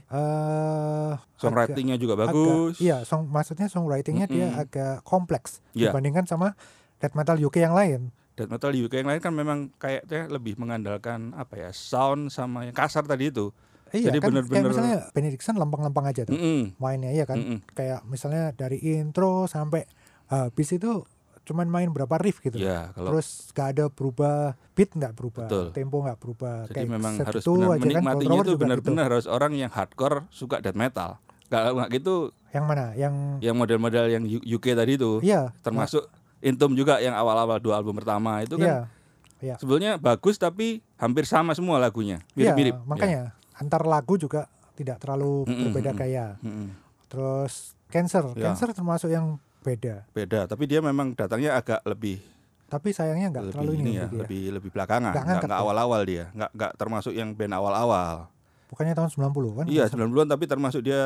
Speaker 2: agak-
Speaker 1: Songwritingnya juga
Speaker 2: agak-
Speaker 1: bagus.
Speaker 2: Iya, song maksudnya songwritingnya dia
Speaker 1: Mm-mm.
Speaker 2: agak kompleks
Speaker 1: Iya.
Speaker 2: dibandingkan sama death metal UK yang lain.
Speaker 1: Death metal di UK yang lain kan memang kayaknya lebih mengandalkan apa ya sound sama yang kasar tadi itu.
Speaker 2: Iya
Speaker 1: Jadi
Speaker 2: kan kayak
Speaker 1: bener-bener-
Speaker 2: misalnya Benediction lempeng-lempeng aja tuh
Speaker 1: Mm-mm.
Speaker 2: mainnya ya kan.
Speaker 1: Mm-mm.
Speaker 2: Kayak misalnya dari intro sampai habis itu cuman main berapa riff gitu.
Speaker 1: Iya, kalau
Speaker 2: terus nggak ada berubah beat nggak berubah
Speaker 1: Betul.
Speaker 2: tempo nggak berubah
Speaker 1: Jadi memang
Speaker 2: set
Speaker 1: harus
Speaker 2: itu
Speaker 1: benar
Speaker 2: aja kan,
Speaker 1: menikmatinya
Speaker 2: Gold Rower
Speaker 1: itu
Speaker 2: juga
Speaker 1: benar-benar harus orang yang hardcore suka death metal. Gak nggak gitu
Speaker 2: gitu. yang mana yang
Speaker 1: yang model-model yang U- UK tadi itu
Speaker 2: iya
Speaker 1: Iya, termasuk Intum juga yang awal-awal dua album pertama itu
Speaker 2: nah,
Speaker 1: kan
Speaker 2: iya
Speaker 1: sebetulnya bagus tapi hampir sama semua lagunya mirip-mirip.
Speaker 2: iya,
Speaker 1: Ya.
Speaker 2: makanya antar lagu juga tidak terlalu
Speaker 1: Mm-mm,
Speaker 2: berbeda
Speaker 1: mm-mm.
Speaker 2: gaya
Speaker 1: Iya. Mm-mm.
Speaker 2: terus cancer
Speaker 1: Iya.
Speaker 2: cancer termasuk yang beda
Speaker 1: Beda tapi dia memang datangnya agak lebih
Speaker 2: tapi sayangnya nggak
Speaker 1: lebih
Speaker 2: terlalu ini,
Speaker 1: ini ya,
Speaker 2: gitu ya.
Speaker 1: lebih lebih belakangan.
Speaker 2: Nggak
Speaker 1: Nggak
Speaker 2: ngangkat
Speaker 1: nggak
Speaker 2: ya.
Speaker 1: awal-awal dia, nggak nggak termasuk yang band awal-awal.
Speaker 2: Kan bukannya tahun 90 kan
Speaker 1: Iya 90-an tapi termasuk dia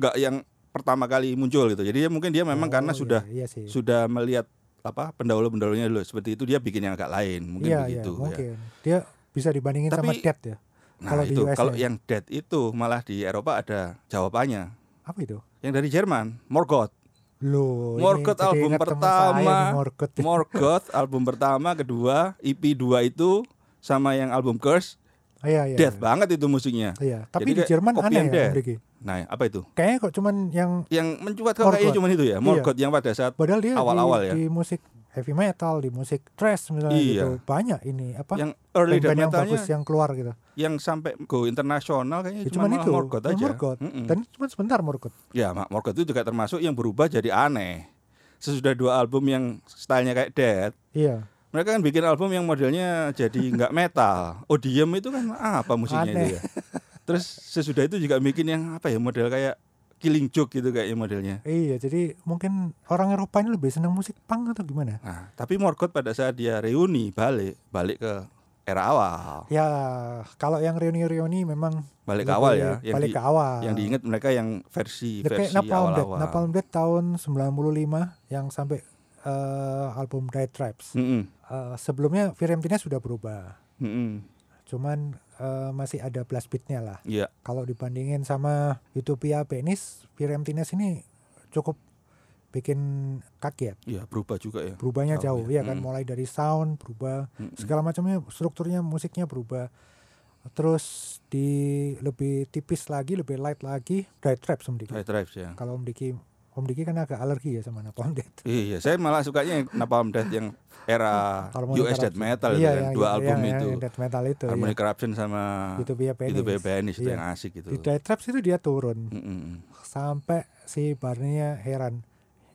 Speaker 1: nggak yang pertama kali muncul gitu. Jadi dia mungkin dia memang
Speaker 2: Oh,
Speaker 1: karena
Speaker 2: iya,
Speaker 1: sudah
Speaker 2: iya sih
Speaker 1: sudah melihat apa pendahulu-pendahulunya dulu seperti itu dia bikin yang agak lain mungkin
Speaker 2: iya,
Speaker 1: begitu
Speaker 2: iya,
Speaker 1: ya.
Speaker 2: mungkin dia bisa dibandingin sama
Speaker 1: Tapi-
Speaker 2: Dead ya
Speaker 1: Nah,
Speaker 2: Kalau di
Speaker 1: itu
Speaker 2: US
Speaker 1: kalau
Speaker 2: ya.
Speaker 1: yang dead itu malah di Eropa ada jawabannya.
Speaker 2: apa itu
Speaker 1: Yang dari Jerman, Morgoth.
Speaker 2: Loh, ini
Speaker 1: Morgoth
Speaker 2: jadi
Speaker 1: album
Speaker 2: ingat teman saya nih,
Speaker 1: pertama.
Speaker 2: Morgoth.
Speaker 1: Morgoth album pertama, kedua, EP 2 itu sama yang album Curse,
Speaker 2: Iya, iya.
Speaker 1: dead
Speaker 2: iya.
Speaker 1: banget itu musiknya.
Speaker 2: Iya, tapi
Speaker 1: Jadi
Speaker 2: di
Speaker 1: kayak
Speaker 2: Jerman
Speaker 1: copy
Speaker 2: aneh
Speaker 1: and
Speaker 2: ya,
Speaker 1: death.
Speaker 2: Om Riki.
Speaker 1: Nah, apa itu?
Speaker 2: Kayaknya kok cuman yang
Speaker 1: Yang mencuat kok kayaknya
Speaker 2: Morgoth.
Speaker 1: cuma itu ya,
Speaker 2: Iya.
Speaker 1: Morgoth yang pada saat
Speaker 2: padahal dia di-
Speaker 1: Awal-awal ya.
Speaker 2: di, musik heavy metal, di musik thrash misalnya
Speaker 1: Iya.
Speaker 2: gitu. Banyak ini apa?
Speaker 1: yang early death
Speaker 2: band-band yang
Speaker 1: metalnya
Speaker 2: bagus yang keluar gitu.
Speaker 1: yang sampai go internasional kayaknya
Speaker 2: Ya,
Speaker 1: cuma
Speaker 2: cuman itu
Speaker 1: Morgoth aja.
Speaker 2: Morgoth.
Speaker 1: Mm-mm.
Speaker 2: Dan cuma sebentar Morgoth.
Speaker 1: Ya, Mark Morgoth itu juga termasuk yang berubah jadi aneh. Sesudah dua album yang stylenya kayak Dead,
Speaker 2: Iya.
Speaker 1: mereka kan bikin album yang modelnya jadi nggak metal. Odium itu kan apa musiknya itu ya.
Speaker 2: Aneh.
Speaker 1: Terus sesudah itu juga bikin yang apa ya model kayak Killing Joke gitu kayaknya modelnya.
Speaker 2: Iya, jadi mungkin orang Eropa ini lebih senang musik punk atau gimana?
Speaker 1: Nah, tapi Morgoth pada saat dia reuni balik, balik ke era awal,
Speaker 2: Ya, kalau yang reuni-reuni memang
Speaker 1: balik ke
Speaker 2: lebih-
Speaker 1: awal ya, yang,
Speaker 2: balik
Speaker 1: di-
Speaker 2: ke awal.
Speaker 1: yang diingat mereka yang versi
Speaker 2: Ya, kayak
Speaker 1: versi
Speaker 2: Napalm Death,
Speaker 1: awal-awal.
Speaker 2: Napalm Death tahun 95 yang sampai eh, album Dead Tribes.
Speaker 1: Mm-mm,
Speaker 2: Eh, sebelumnya Fiorentina sudah berubah,
Speaker 1: mm-mm.
Speaker 2: cuman eh, masih ada blast beatnya lah.
Speaker 1: Iya,
Speaker 2: Kalau dibandingin sama Utopia Penis, Fiorentina ini cukup bikin kaget.
Speaker 1: iya berubah juga ya.
Speaker 2: Berubahnya
Speaker 1: Jauh
Speaker 2: jauh,
Speaker 1: ya. Hmm.
Speaker 2: ya kan?
Speaker 1: Mm.
Speaker 2: Mulai dari sound berubah,
Speaker 1: Mm-mm.
Speaker 2: segala macamnya, strukturnya, musiknya berubah. Terus di lebih tipis lagi, lebih light lagi, Dry Trap Om Diki.
Speaker 1: High Tribes ya.
Speaker 2: Kalau Om Diki, Om Diki kan agak alergi ya sama Napalm Death.
Speaker 1: Iya, saya malah sukanya yang Napalm Death yang era
Speaker 2: Kalau mau
Speaker 1: US
Speaker 2: interupsi.
Speaker 1: Death Metal itu
Speaker 2: Iya,
Speaker 1: kan,
Speaker 2: yang-
Speaker 1: dua
Speaker 2: yang-
Speaker 1: album
Speaker 2: yang-
Speaker 1: itu.
Speaker 2: yang death metal itu. ya.
Speaker 1: Harmony Corruption sama
Speaker 2: Utopia Penis.
Speaker 1: itu Banish itu
Speaker 2: Iya.
Speaker 1: yang asik gitu.
Speaker 2: Di Death Traps itu dia turun
Speaker 1: Mm-mm.
Speaker 2: sampai si Barney-nya heran.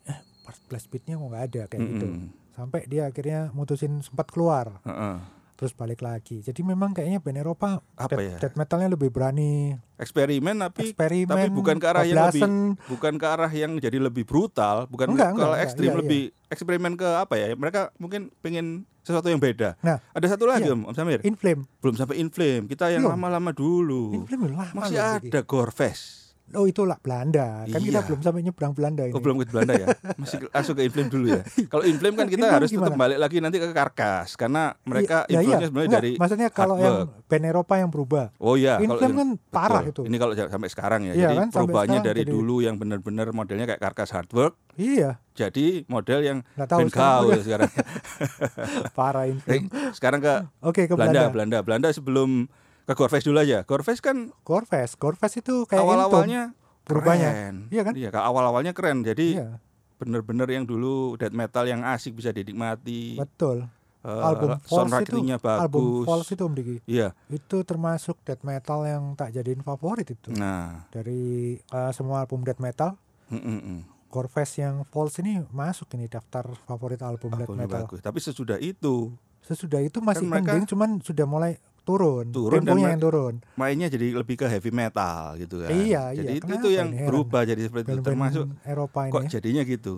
Speaker 2: Eh, part blast beatnya kok nggak ada kayak gitu.
Speaker 1: Mm-mm.
Speaker 2: Sampai dia akhirnya mutusin sempat keluar
Speaker 1: Heeh.
Speaker 2: terus balik lagi. Jadi memang kayaknya band Eropa
Speaker 1: Apa
Speaker 2: death,
Speaker 1: ya?
Speaker 2: death metalnya lebih berani
Speaker 1: Eksperimen tapi
Speaker 2: eksperimen.
Speaker 1: tapi bukan ke arah yang
Speaker 2: keblasan.
Speaker 1: bukan ke arah yang jadi lebih brutal, bukan
Speaker 2: Enggak,
Speaker 1: ke
Speaker 2: enggak,
Speaker 1: arah
Speaker 2: enggak,
Speaker 1: ekstrim
Speaker 2: iya, iya.
Speaker 1: lebih eksperimen ke apa ya? Mereka mungkin pengen sesuatu yang beda.
Speaker 2: Nah,
Speaker 1: Ada satu lagi
Speaker 2: iya.
Speaker 1: Om, Om Samir,
Speaker 2: In Flame.
Speaker 1: belum sampai In Flame. Kita yang
Speaker 2: Belum.
Speaker 1: lama-lama
Speaker 2: In
Speaker 1: dulu.
Speaker 2: Flame udah lama
Speaker 1: Uh, Masih
Speaker 2: loh, Diki.
Speaker 1: ada Gorefest.
Speaker 2: oh itu lah Belanda kan kita
Speaker 1: Iya.
Speaker 2: belum sampai nyebrang Belanda ini
Speaker 1: Oh, belum ke Belanda ya? Masih ke- masuk ke inflame dulu ya. Kalau inflame kan kita
Speaker 2: Inflame
Speaker 1: harus tetap
Speaker 2: gimana?
Speaker 1: balik lagi nanti ke karkas karena mereka
Speaker 2: Iya, iya.
Speaker 1: influence-nya sebenarnya
Speaker 2: Enggak,
Speaker 1: dari
Speaker 2: maksudnya kalau
Speaker 1: hard
Speaker 2: yang
Speaker 1: work.
Speaker 2: band Eropa yang berubah
Speaker 1: Oh iya, kalau
Speaker 2: inflame
Speaker 1: yang-
Speaker 2: kan parah
Speaker 1: Betul.
Speaker 2: itu
Speaker 1: Ini kalau ja- sampai sekarang ya.
Speaker 2: Iya
Speaker 1: jadi
Speaker 2: kan, sampai
Speaker 1: perubahannya
Speaker 2: sekarang
Speaker 1: dari
Speaker 2: jadi-
Speaker 1: dulu yang benar-benar modelnya kayak karkas hard work
Speaker 2: iya
Speaker 1: jadi model yang
Speaker 2: nggak tahu
Speaker 1: band
Speaker 2: sekarang
Speaker 1: gaul
Speaker 2: udah
Speaker 1: sekarang.
Speaker 2: parah
Speaker 1: Eh,
Speaker 2: inflame
Speaker 1: sekarang ke
Speaker 2: oke ke
Speaker 1: Belanda,
Speaker 2: Belanda
Speaker 1: Belanda, Belanda sebelum ke Gorfest dulu aja. Gorfest kan
Speaker 2: Gorfest Gorfest itu kayak Intom.
Speaker 1: awal-awalnya
Speaker 2: perubahannya.
Speaker 1: keren.
Speaker 2: Iya kan?
Speaker 1: Iya, awal-awalnya keren. Jadi
Speaker 2: iya
Speaker 1: bener-bener yang dulu death metal yang asik bisa dinikmati.
Speaker 2: betul
Speaker 1: Eh,
Speaker 2: album
Speaker 1: sound
Speaker 2: False itu-
Speaker 1: recordingnya bagus.
Speaker 2: album False itu Om Diki
Speaker 1: Iya.
Speaker 2: itu termasuk death metal yang tak jadiin favorit itu
Speaker 1: Nah,
Speaker 2: dari eh, semua album death metal
Speaker 1: mm, mm, mm.
Speaker 2: Gorfest yang False ini masuk ini daftar favorit album death
Speaker 1: Albumnya
Speaker 2: metal.
Speaker 1: bagus. Tapi sesudah itu
Speaker 2: Sesudah itu masih
Speaker 1: Kan mereka-
Speaker 2: mending cuman sudah mulai turun,
Speaker 1: Turun dan
Speaker 2: temponya
Speaker 1: mereka-
Speaker 2: yang turun.
Speaker 1: mainnya jadi lebih ke heavy metal gitu kan.
Speaker 2: Iya,
Speaker 1: jadi
Speaker 2: iya.
Speaker 1: itu
Speaker 2: Kenapa
Speaker 1: tuh yang
Speaker 2: ini? Heran.
Speaker 1: berubah jadi seperti itu
Speaker 2: Band-band
Speaker 1: termasuk
Speaker 2: Eropa ini
Speaker 1: kok
Speaker 2: ya.
Speaker 1: jadinya gitu.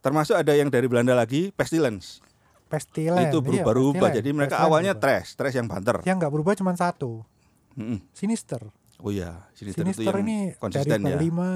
Speaker 1: Termasuk ada yang dari Belanda lagi, Pestilence.
Speaker 2: Pestilence.
Speaker 1: itu
Speaker 2: iya,
Speaker 1: berubah-ubah.
Speaker 2: Pestilence.
Speaker 1: Jadi mereka
Speaker 2: Pestilence
Speaker 1: awalnya
Speaker 2: berubah.
Speaker 1: trash, trash yang banter.
Speaker 2: yang nggak berubah cuman satu,
Speaker 1: Mm-mm.
Speaker 2: Sinister.
Speaker 1: Oh iya, Sinister, itu
Speaker 2: Sinister
Speaker 1: yang
Speaker 2: ini dari
Speaker 1: konsisten ya. Ah.
Speaker 2: berlima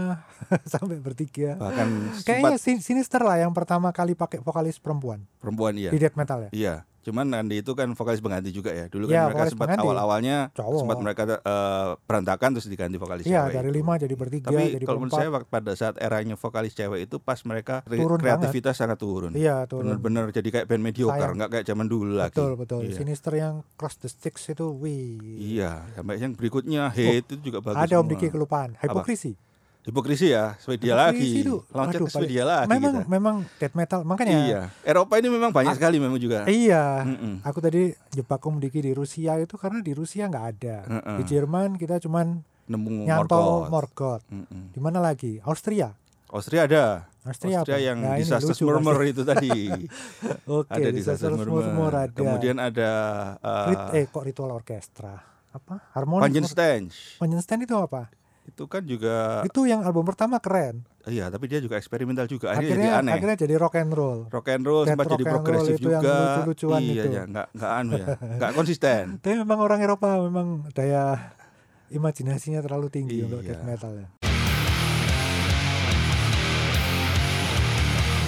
Speaker 2: sampai bertiga.
Speaker 1: Bahkan
Speaker 2: Ah, Kayaknya
Speaker 1: sempat
Speaker 2: Sin- Sinister lah yang pertama kali pakai vokalis perempuan
Speaker 1: perempuan iya.
Speaker 2: di death metal ya.
Speaker 1: Iya. Cuman Andi itu kan vokalis pengganti juga ya. Dulu kan
Speaker 2: Iya,
Speaker 1: mereka
Speaker 2: vokalis
Speaker 1: sempat
Speaker 2: pengganti.
Speaker 1: awal-awalnya
Speaker 2: Cowok.
Speaker 1: sempat mereka eh, berantakan terus diganti vokalis
Speaker 2: Iya,
Speaker 1: cewek
Speaker 2: dari
Speaker 1: itu.
Speaker 2: lima jadi bertiga,
Speaker 1: Tapi
Speaker 2: jadi
Speaker 1: kalau menurut
Speaker 2: berempat.
Speaker 1: saya wak- pada saat eranya vokalis cewek itu pas mereka re-
Speaker 2: Turun
Speaker 1: kreativitas sangat turun.
Speaker 2: Iya, turun.
Speaker 1: Bener-bener jadi kayak band mediocre,
Speaker 2: Sayang.
Speaker 1: nggak kayak zaman dulu lagi.
Speaker 2: Betul, betul.
Speaker 1: Iya.
Speaker 2: Sinister yang Cross the Sticks itu, wih.
Speaker 1: Iya, sampai yang berikutnya hate itu juga bagus.
Speaker 2: Oh, Ada Om
Speaker 1: semua.
Speaker 2: Diki kelupaan, hipokrisi.
Speaker 1: Hipokrisi ya, Swedia lagi.
Speaker 2: Hipokrisi itu,
Speaker 1: Loncat
Speaker 2: aduh,
Speaker 1: ke Swedia lagi
Speaker 2: memang
Speaker 1: kita.
Speaker 2: memang death metal makanya.
Speaker 1: Iya. Eropa ini memang banyak
Speaker 2: Ah.
Speaker 1: sekali memang juga.
Speaker 2: Iya.
Speaker 1: Mm-mm.
Speaker 2: Aku tadi jebak Om Diki di Rusia itu karena di Rusia nggak ada.
Speaker 1: Heeh.
Speaker 2: Di Jerman kita cuman
Speaker 1: Nemu
Speaker 2: nyantol
Speaker 1: Morgoth.
Speaker 2: Morgoth.
Speaker 1: Mm-mm.
Speaker 2: Di mana lagi? Austria.
Speaker 1: Austria ada.
Speaker 2: Austria,
Speaker 1: Austria
Speaker 2: apa?
Speaker 1: yang
Speaker 2: Nah, ini
Speaker 1: disaster
Speaker 2: lucu
Speaker 1: murmur
Speaker 2: pasti.
Speaker 1: itu tadi.
Speaker 2: Oke,
Speaker 1: ada disaster
Speaker 2: disaster murmur,
Speaker 1: murmur.
Speaker 2: ada.
Speaker 1: Kemudian ada eh,
Speaker 2: Rit- ya. eh kok ritual orkestra? Apa? Harmoni.
Speaker 1: Panjenstein.
Speaker 2: Panjenstein itu apa?
Speaker 1: Itu kan juga
Speaker 2: itu yang album pertama keren.
Speaker 1: iya, tapi dia juga eksperimental juga. Akhirnya,
Speaker 2: Akhirnya
Speaker 1: jadi aneh.
Speaker 2: akhirnya jadi rock and roll.
Speaker 1: rock and roll
Speaker 2: Band
Speaker 1: sempat
Speaker 2: rock
Speaker 1: jadi
Speaker 2: and roll
Speaker 1: progresif
Speaker 2: itu yang
Speaker 1: juga.
Speaker 2: lucu-lucuan
Speaker 1: iya,
Speaker 2: itu.
Speaker 1: ya, enggak enggak anu ya. Enggak konsisten.
Speaker 2: Tapi memang orang Eropa memang daya imajinasinya terlalu tinggi untuk
Speaker 1: Iya.
Speaker 2: death metal ya.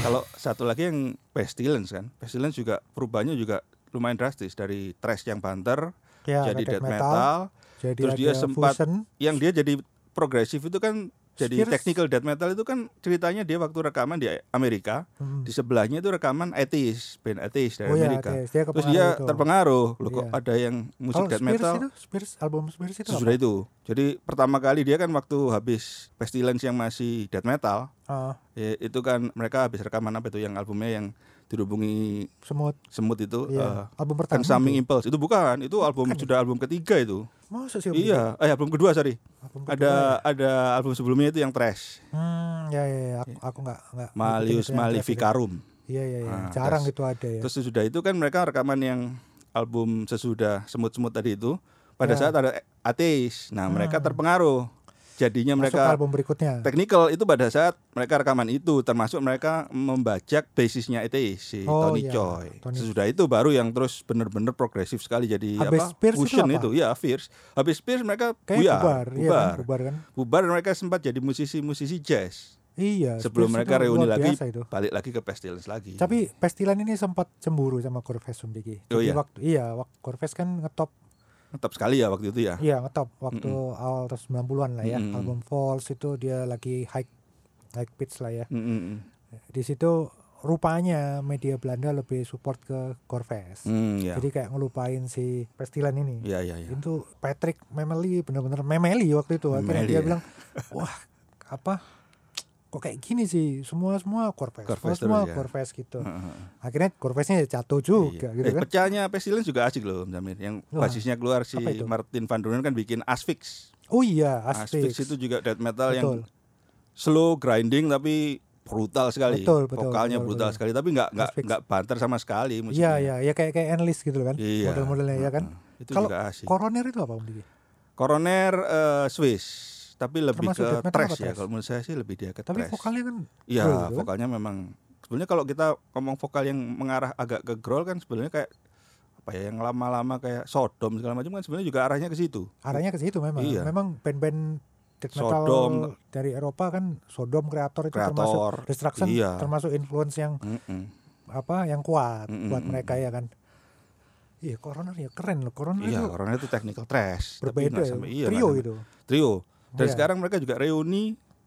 Speaker 1: Kalau satu lagi yang Pestilence kan. Pestilence juga perubahannya juga lumayan drastis dari thrash yang banter
Speaker 2: Ya,
Speaker 1: jadi
Speaker 2: ada
Speaker 1: death metal,
Speaker 2: jadi
Speaker 1: terus
Speaker 2: ada
Speaker 1: dia sempat
Speaker 2: fusion,
Speaker 1: yang dia jadi progresif itu kan jadi
Speaker 2: Spears.
Speaker 1: technical death metal itu kan ceritanya dia waktu rekaman di Amerika,
Speaker 2: hmm.
Speaker 1: di sebelahnya itu rekaman atheist, band atheist dari
Speaker 2: oh iya,
Speaker 1: Amerika.
Speaker 2: Atheist, dia
Speaker 1: Terus
Speaker 2: kepengaruh
Speaker 1: dia
Speaker 2: itu.
Speaker 1: terpengaruh, loh kok
Speaker 2: Iya.
Speaker 1: ada yang musik
Speaker 2: Kalau
Speaker 1: death
Speaker 2: Spears
Speaker 1: metal
Speaker 2: itu, Spears, album Spears itu
Speaker 1: sesudah
Speaker 2: apa?
Speaker 1: itu. Jadi pertama kali dia kan waktu habis Pestilence yang masih death metal,
Speaker 2: Ah,
Speaker 1: ya, itu kan mereka habis rekaman apa itu yang albumnya yang dihubungi
Speaker 2: semut,
Speaker 1: semut itu
Speaker 2: iya.
Speaker 1: eh
Speaker 2: album pertama.
Speaker 1: Consuming
Speaker 2: itu.
Speaker 1: Impulse itu bukan, itu album
Speaker 2: Bukan ya?
Speaker 1: sudah album ketiga itu.
Speaker 2: Masa sih? Om Diki?
Speaker 1: Iya, eh album kedua sorry.
Speaker 2: Album kedua
Speaker 1: Ada
Speaker 2: ya?
Speaker 1: ada album sebelumnya itu yang trash.
Speaker 2: Hmm, ya ya, ya. aku, aku nggak
Speaker 1: Iya.
Speaker 2: nggak. gitu ya,
Speaker 1: Malius
Speaker 2: ngikutin yang terakhir itu.
Speaker 1: Maleficarum.
Speaker 2: Iya iya iya,
Speaker 1: Ah,
Speaker 2: jarang
Speaker 1: terus-
Speaker 2: itu ada ya.
Speaker 1: Terus sesudah itu kan mereka rekaman yang album sesudah semut-semut tadi itu pada
Speaker 2: Ya.
Speaker 1: saat ada ateis. Nah, mereka
Speaker 2: Hmm.
Speaker 1: terpengaruh. Jadinya
Speaker 2: Masuk
Speaker 1: mereka
Speaker 2: album berikutnya.
Speaker 1: technical itu pada saat mereka rekaman itu termasuk mereka membajak basisnya ateis si
Speaker 2: Oh,
Speaker 1: Tony
Speaker 2: iya,
Speaker 1: Choi.
Speaker 2: Tony-
Speaker 1: Sesudah itu baru yang terus bener-bener progresif sekali jadi
Speaker 2: Habis
Speaker 1: apa?
Speaker 2: Pierce itu
Speaker 1: fusion
Speaker 2: apa?
Speaker 1: itu, ya Fierce. Habis Fierce mereka
Speaker 2: Kayak
Speaker 1: buyar,
Speaker 2: bubar, iya kan,
Speaker 1: bubar.
Speaker 2: bubar kan.
Speaker 1: Bubar, dan mereka sempat jadi musisi-musisi jazz.
Speaker 2: Iya.
Speaker 1: Sebelum
Speaker 2: Spears
Speaker 1: mereka
Speaker 2: itu
Speaker 1: reuni
Speaker 2: luar
Speaker 1: lagi,
Speaker 2: biasa itu.
Speaker 1: balik lagi ke Pestilence lagi.
Speaker 2: Tapi Pestilan ini sempat cemburu sama Corvus Om Diki.
Speaker 1: Oh, iya.
Speaker 2: Jadi waktu iya, waktu Corvus kan ngetop,
Speaker 1: tetap sekali ya waktu itu ya.
Speaker 2: iya ngetop waktu awal tahun 90-an lah ya.
Speaker 1: Mm-mm.
Speaker 2: Album Falls itu dia lagi high high pitch lah ya.
Speaker 1: Mm-mm.
Speaker 2: Di situ rupanya media Belanda lebih support ke Corvus.
Speaker 1: Hmm, ya.
Speaker 2: Jadi kayak ngelupain si Pestilan ini.
Speaker 1: Ya, ya, ya.
Speaker 2: Iya. itu Patrick Memeli bener-bener Memeli waktu itu akhirnya
Speaker 1: Memeli,
Speaker 2: dia
Speaker 1: ya.
Speaker 2: bilang wah apa kok kayak gini sih semua semua Corvus semua
Speaker 1: Corvus
Speaker 2: semua
Speaker 1: terus ya.
Speaker 2: Corvus gitu
Speaker 1: Heeh.
Speaker 2: akhirnya Corvusnya ya jatuh
Speaker 1: Iya.
Speaker 2: juga gitu
Speaker 1: eh,
Speaker 2: kan
Speaker 1: pecahnya Pestilence juga asik loh, Zamir. Yang
Speaker 2: Wah,
Speaker 1: basisnya keluar si
Speaker 2: apa itu?
Speaker 1: Martin Van Donen kan bikin Asphyx.
Speaker 2: oh iya
Speaker 1: Asphyx,
Speaker 2: Asphyx
Speaker 1: itu juga death metal yang
Speaker 2: betul
Speaker 1: slow grinding tapi brutal sekali.
Speaker 2: Betul, betul,
Speaker 1: Vokalnya
Speaker 2: betul,
Speaker 1: brutal
Speaker 2: betul.
Speaker 1: sekali tapi nggak nggak
Speaker 2: Asphyx.
Speaker 1: nggak banter sama sekali
Speaker 2: iya
Speaker 1: musiknya.
Speaker 2: iya ya kayak kayak endless gitu kan
Speaker 1: Iya.
Speaker 2: model-modelnya ya kan
Speaker 1: Heeh. Itu
Speaker 2: Kalau
Speaker 1: juga asik.
Speaker 2: Coroner itu apa Om Diki?
Speaker 1: Coroner eh, Swiss tapi lebih
Speaker 2: Termasuk death
Speaker 1: ke
Speaker 2: metal
Speaker 1: trash
Speaker 2: apa
Speaker 1: ya
Speaker 2: trash?
Speaker 1: kalau menurut saya sih lebih dia ke
Speaker 2: Tapi
Speaker 1: thrash.
Speaker 2: vokalnya kan growl
Speaker 1: Iya,
Speaker 2: gitu kan?
Speaker 1: vokalnya memang sebenarnya kalau kita ngomong vokal yang mengarah agak ke growl kan sebenarnya kayak apa ya yang lama-lama kayak Sodom segala macam kan sebenarnya juga arahnya ke situ.
Speaker 2: arahnya ke situ memang.
Speaker 1: Iya.
Speaker 2: Memang band-band death metal
Speaker 1: Sodom.
Speaker 2: dari Eropa kan Sodom Creator itu
Speaker 1: Creator.
Speaker 2: termasuk Destruction
Speaker 1: Iya.
Speaker 2: termasuk influence yang
Speaker 1: Mm-mm.
Speaker 2: apa yang kuat
Speaker 1: Mm, mm,
Speaker 2: buat
Speaker 1: mm,
Speaker 2: mereka ya kan. Iya, Coroner ya keren loh. Coroner
Speaker 1: Iya,
Speaker 2: itu
Speaker 1: karena itu technical trash. tapi
Speaker 2: berbeda
Speaker 1: nggak
Speaker 2: ya.
Speaker 1: sampai- iya,
Speaker 2: trio
Speaker 1: nggak sampai-
Speaker 2: itu.
Speaker 1: Trio. Dan
Speaker 2: Iya.
Speaker 1: sekarang mereka juga reuni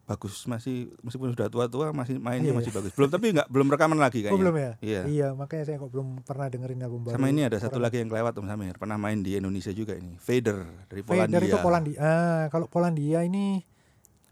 Speaker 1: bagus masih meskipun sudah tua-tua masih mainnya
Speaker 2: Iya,
Speaker 1: masih bagus. Belum tapi nggak belum rekaman lagi kayaknya.
Speaker 2: Oh, belum ya?
Speaker 1: Iya.
Speaker 2: Iya, makanya saya kok belum pernah dengerin album baru. Eh,
Speaker 1: Sama ini ada satu
Speaker 2: Coroner.
Speaker 1: lagi yang kelewat Om Samir, pernah main di Indonesia juga ini. Vader dari Polandia.
Speaker 2: Vader itu Polandia. Ah, kalau Polandia ini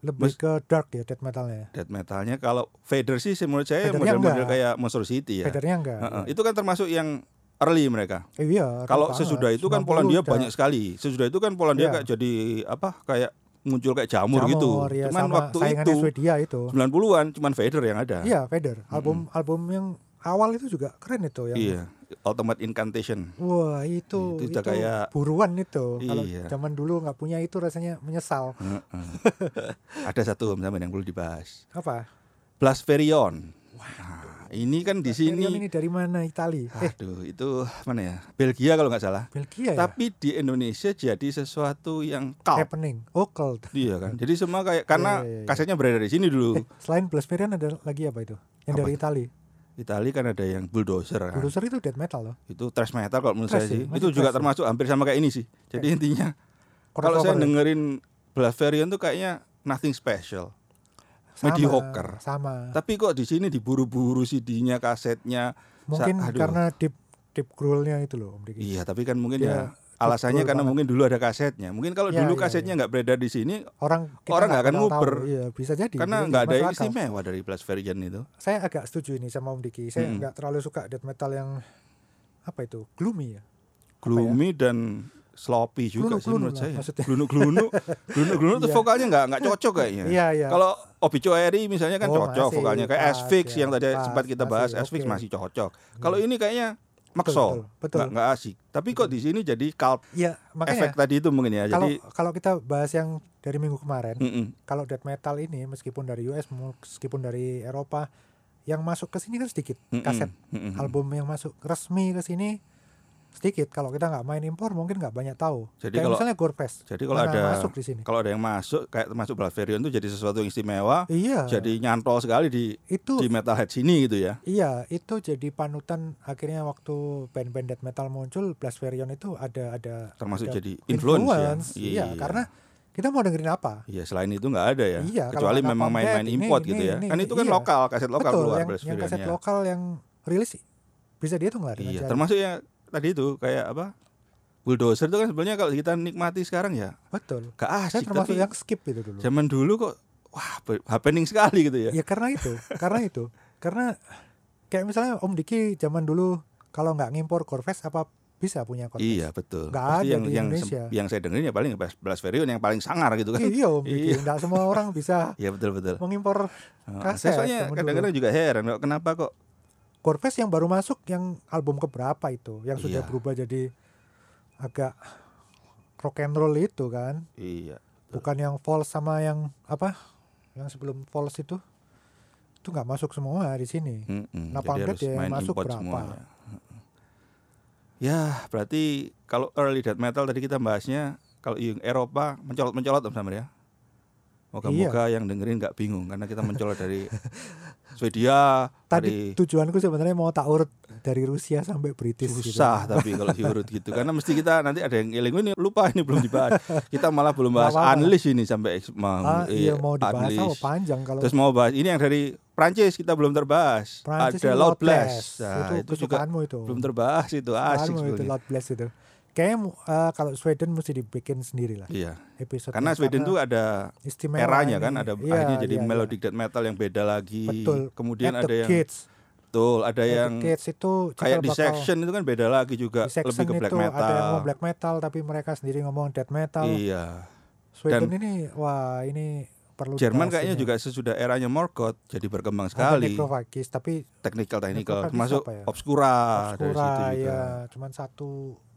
Speaker 2: lebih
Speaker 1: Mas-
Speaker 2: ke dark ya death metalnya.
Speaker 1: Death metalnya kalau Vader sih sih menurut saya
Speaker 2: Vadernya
Speaker 1: model-model
Speaker 2: enggak.
Speaker 1: kayak Monster City ya.
Speaker 2: Vadernya enggak.
Speaker 1: Heeh, Itu kan termasuk yang early mereka.
Speaker 2: Eh, iya,
Speaker 1: Kalau
Speaker 2: keren
Speaker 1: sesudah
Speaker 2: banget.
Speaker 1: itu kan
Speaker 2: 90
Speaker 1: Polandia
Speaker 2: udah.
Speaker 1: banyak sekali. Sesudah itu kan Polandia
Speaker 2: Iya.
Speaker 1: kayak jadi apa kayak muncul kayak jamur, gitu.
Speaker 2: iya,
Speaker 1: cuman
Speaker 2: sama
Speaker 1: waktu
Speaker 2: saingannya
Speaker 1: itu
Speaker 2: Swedia itu.
Speaker 1: 90-an cuman Vader yang ada.
Speaker 2: Iya, Vader. Album album yang awal itu juga keren itu yang
Speaker 1: Iya. Ultimate Incantation.
Speaker 2: Wah itu
Speaker 1: Iya, Itu udah kayak-
Speaker 2: buruan itu kalau
Speaker 1: Iya.
Speaker 2: zaman dulu nggak punya itu rasanya menyesal
Speaker 1: Heeh. ada satu Om Samir yang perlu dibahas.
Speaker 2: apa
Speaker 1: Blaspherion. Nah, ini kan di sini
Speaker 2: Ethereum ini dari mana Itali eh
Speaker 1: aduh itu mana ya? Belgia kalau nggak salah.
Speaker 2: Belgia ya
Speaker 1: Tapi di Indonesia jadi sesuatu yang kau
Speaker 2: happening Oh, occult
Speaker 1: Iya kan. Jadi semua kayak karena
Speaker 2: Iya, iya, iya.
Speaker 1: kasetnya berada di sini dulu.
Speaker 2: eh, selain Blaspherian ada lagi apa itu yang
Speaker 1: Apa
Speaker 2: dari Itali
Speaker 1: Itali kan ada yang bulldozer kan.
Speaker 2: Bulldozer itu death metal loh
Speaker 1: Itu thrash metal kalau menurut
Speaker 2: Thrash
Speaker 1: saya sih.
Speaker 2: sih, masih
Speaker 1: Itu juga
Speaker 2: thrash sih.
Speaker 1: termasuk hampir sama kayak ini sih. Jadi intinya kalau saya
Speaker 2: Crossover ya.
Speaker 1: dengerin Blaspherion tuh kayaknya nothing special.
Speaker 2: Sama, Nah.
Speaker 1: mediocre.
Speaker 2: sama
Speaker 1: Tapi kok di sini diburu-buru CD-nya, kasetnya. Sa-
Speaker 2: mungkin
Speaker 1: aduh.
Speaker 2: karena deep deep gruelnya itu loh Om Diki.
Speaker 1: Iya, tapi kan mungkin
Speaker 2: Iya,
Speaker 1: ya alasannya
Speaker 2: betul
Speaker 1: karena
Speaker 2: banget.
Speaker 1: mungkin dulu ada kasetnya. Mungkin kalau
Speaker 2: Iya,
Speaker 1: dulu
Speaker 2: iya,
Speaker 1: kasetnya nggak beredar di sini
Speaker 2: orang kita
Speaker 1: Orang nggak akan
Speaker 2: bakal tahu.
Speaker 1: nguber.
Speaker 2: iya bisa jadi
Speaker 1: karena
Speaker 2: bisa
Speaker 1: nggak ada
Speaker 2: jadi,
Speaker 1: yang
Speaker 2: masuk akal.
Speaker 1: istimewa dari Blaspherion itu.
Speaker 2: saya agak setuju ini sama Om Diki saya
Speaker 1: Mm-mm.
Speaker 2: nggak terlalu suka death metal yang apa itu gloomy ya
Speaker 1: gloomy dan sloppy juga
Speaker 2: Glunu-
Speaker 1: sih
Speaker 2: glunu
Speaker 1: menurut
Speaker 2: lah
Speaker 1: saya.
Speaker 2: maksudnya.
Speaker 1: Glunu-glunu, glunu-glunu tuh
Speaker 2: Iya.
Speaker 1: vokalnya nggak nggak cocok kayaknya.
Speaker 2: iya iya
Speaker 1: Kalau obituary misalnya kan
Speaker 2: Oh,
Speaker 1: cocok
Speaker 2: masih,
Speaker 1: vokalnya kayak
Speaker 2: pas,
Speaker 1: Asphyx
Speaker 2: ya,
Speaker 1: yang tadi
Speaker 2: pas,
Speaker 1: sempat kita
Speaker 2: masih,
Speaker 1: bahas Asphyx
Speaker 2: oke. Hmm.
Speaker 1: masih cocok. Kalau ini kayaknya
Speaker 2: betul
Speaker 1: makso,
Speaker 2: betul,
Speaker 1: nggak nggak asik. Tapi kok di sini jadi cult
Speaker 2: Iya,
Speaker 1: efek
Speaker 2: makanya
Speaker 1: tadi itu mungkin ya.
Speaker 2: kalau
Speaker 1: Jadi
Speaker 2: kalau kita bahas yang dari minggu kemarin,
Speaker 1: mm-mm.
Speaker 2: kalau death metal ini meskipun dari US, meskipun dari Eropa, yang masuk ke sini kan sedikit.
Speaker 1: Mm-mm.
Speaker 2: Kaset
Speaker 1: Mm-mm.
Speaker 2: album yang masuk resmi ke sini sedikit. Kalau kita nggak main impor mungkin nggak banyak tahu.
Speaker 1: Jadi
Speaker 2: Kayak
Speaker 1: kalau-
Speaker 2: misalnya Gorfest.
Speaker 1: Jadi kalau
Speaker 2: mana
Speaker 1: ada
Speaker 2: masuk di sini.
Speaker 1: kalau ada yang masuk kayak termasuk Blaspherion itu jadi sesuatu yang istimewa,
Speaker 2: Iya.
Speaker 1: jadi nyantol sekali di
Speaker 2: itu
Speaker 1: di metalhead sini gitu ya.
Speaker 2: iya, itu jadi panutan akhirnya waktu band-band death metal muncul, Blaspherion itu ada ada
Speaker 1: Termasuk
Speaker 2: ada
Speaker 1: jadi influence, ya.
Speaker 2: Iya, karena kita mau dengerin apa?
Speaker 1: Iya selain itu nggak ada ya.
Speaker 2: Iya, kalau
Speaker 1: Kecuali
Speaker 2: nggak
Speaker 1: memang
Speaker 2: Combat,
Speaker 1: main-main
Speaker 2: ini,
Speaker 1: import
Speaker 2: ini,
Speaker 1: gitu ya.
Speaker 2: ini,
Speaker 1: kan
Speaker 2: ini,
Speaker 1: itu kan
Speaker 2: iya.
Speaker 1: lokal, kaset lokal
Speaker 2: Betul,
Speaker 1: keluar
Speaker 2: yang, yang kaset
Speaker 1: Blaspherion-nya.
Speaker 2: lokal yang rilis bisa dihitung lah dengan
Speaker 1: Iya,
Speaker 2: jari.
Speaker 1: termasuk yang tadi itu kayak apa? Bulldozer itu kan sebenarnya kalau kita nikmati sekarang ya
Speaker 2: betul.
Speaker 1: gak
Speaker 2: Saya
Speaker 1: asik
Speaker 2: termasuk
Speaker 1: tapi
Speaker 2: yang skip itu dulu.
Speaker 1: zaman dulu kok wah be- happening sekali gitu ya.
Speaker 2: Ya karena itu, karena itu, karena kayak misalnya Om Diki zaman dulu kalau nggak ngimpor Corvest apa bisa punya Corvest?
Speaker 1: Iya betul.
Speaker 2: Nggak
Speaker 1: Pasti
Speaker 2: ada
Speaker 1: yang
Speaker 2: di
Speaker 1: yang, sem-
Speaker 2: Indonesia.
Speaker 1: yang saya dengerin ya paling Blas- Blaspherion yang paling sangar gitu kan.
Speaker 2: Iya Om Diki,
Speaker 1: Iya.
Speaker 2: nggak semua orang bisa
Speaker 1: Iya betul betul.
Speaker 2: mengimpor
Speaker 1: Heeh.
Speaker 2: Kaset
Speaker 1: saya soalnya
Speaker 2: zaman
Speaker 1: kadang-kadang juga heran kok kenapa kok
Speaker 2: Corvest yang baru masuk yang album keberapa itu, yang sudah
Speaker 1: Iya.
Speaker 2: berubah jadi agak rock and roll itu kan?
Speaker 1: iya
Speaker 2: bukan yang false sama yang apa yang sebelum false itu itu nggak masuk semua di sini
Speaker 1: Mm-mm,
Speaker 2: Kenapa
Speaker 1: jadi
Speaker 2: enggak
Speaker 1: harus
Speaker 2: dia
Speaker 1: main
Speaker 2: Nah, masuk
Speaker 1: import
Speaker 2: berapa?
Speaker 1: semua ya. Ya, berarti kalau early death metal tadi kita bahasnya kalau yang Eropa mencolot-mencolot Om Samir ya. Moga-moga
Speaker 2: Iya.
Speaker 1: yang dengerin nggak bingung karena kita mencolot dari Swedia,
Speaker 2: tadi
Speaker 1: dari
Speaker 2: tujuanku sebenarnya mau tak urut dari Rusia sampai British gitu.
Speaker 1: susah tapi kalau diurut gitu karena mesti kita nanti ada yang ngiling ini lupa ini belum dibahas. Kita malah belum
Speaker 2: Nggak
Speaker 1: bahas
Speaker 2: apa-apa.
Speaker 1: unleash ini sampai ex-
Speaker 2: gitu.
Speaker 1: mau
Speaker 2: ah,
Speaker 1: iya,
Speaker 2: iya mau dibahas
Speaker 1: unleash.
Speaker 2: oh, panjang kalau
Speaker 1: Terus mau bahas ini yang dari Prancis kita belum terbahas.
Speaker 2: Prancis
Speaker 1: ada
Speaker 2: ini
Speaker 1: Loud
Speaker 2: Blast.
Speaker 1: Blast. Nah,
Speaker 2: itu,
Speaker 1: itu juga
Speaker 2: kesukaanmu itu
Speaker 1: belum terbahas itu asik
Speaker 2: Kesukaanmu Anu, itu
Speaker 1: sebetulnya.
Speaker 2: Loud Blast itu kayaknya mu- eh, kalau Sweden mesti dibikin sendiri lah
Speaker 1: Iya,
Speaker 2: episode
Speaker 1: karena Sweden tuh ada
Speaker 2: istimewa
Speaker 1: eranya
Speaker 2: ini.
Speaker 1: kan, ada
Speaker 2: Iya,
Speaker 1: akhirnya jadi
Speaker 2: iya, iya.
Speaker 1: melodic death metal yang beda lagi.
Speaker 2: Betul.
Speaker 1: Kemudian ada
Speaker 2: At the
Speaker 1: yang
Speaker 2: Gates.
Speaker 1: betul, ada
Speaker 2: At the
Speaker 1: yang
Speaker 2: Gates itu cikal
Speaker 1: kayak
Speaker 2: bakal-
Speaker 1: Dissection itu kan beda lagi juga,
Speaker 2: Dissection
Speaker 1: lebih ke black
Speaker 2: itu
Speaker 1: metal.
Speaker 2: ada yang mau black metal tapi mereka sendiri ngomong death metal.
Speaker 1: Iya.
Speaker 2: Sweden ini wah ini perlu
Speaker 1: Jerman
Speaker 2: dibahas
Speaker 1: kayaknya
Speaker 2: ini.
Speaker 1: juga sesudah eranya Morgoth jadi berkembang
Speaker 2: ya. Ada
Speaker 1: sekali.
Speaker 2: Necrophagist, tapi
Speaker 1: Technical technical
Speaker 2: Necrophagist
Speaker 1: termasuk
Speaker 2: apa ya?
Speaker 1: Obscura, dari
Speaker 2: Obscura
Speaker 1: situ juga.
Speaker 2: ya cuman satu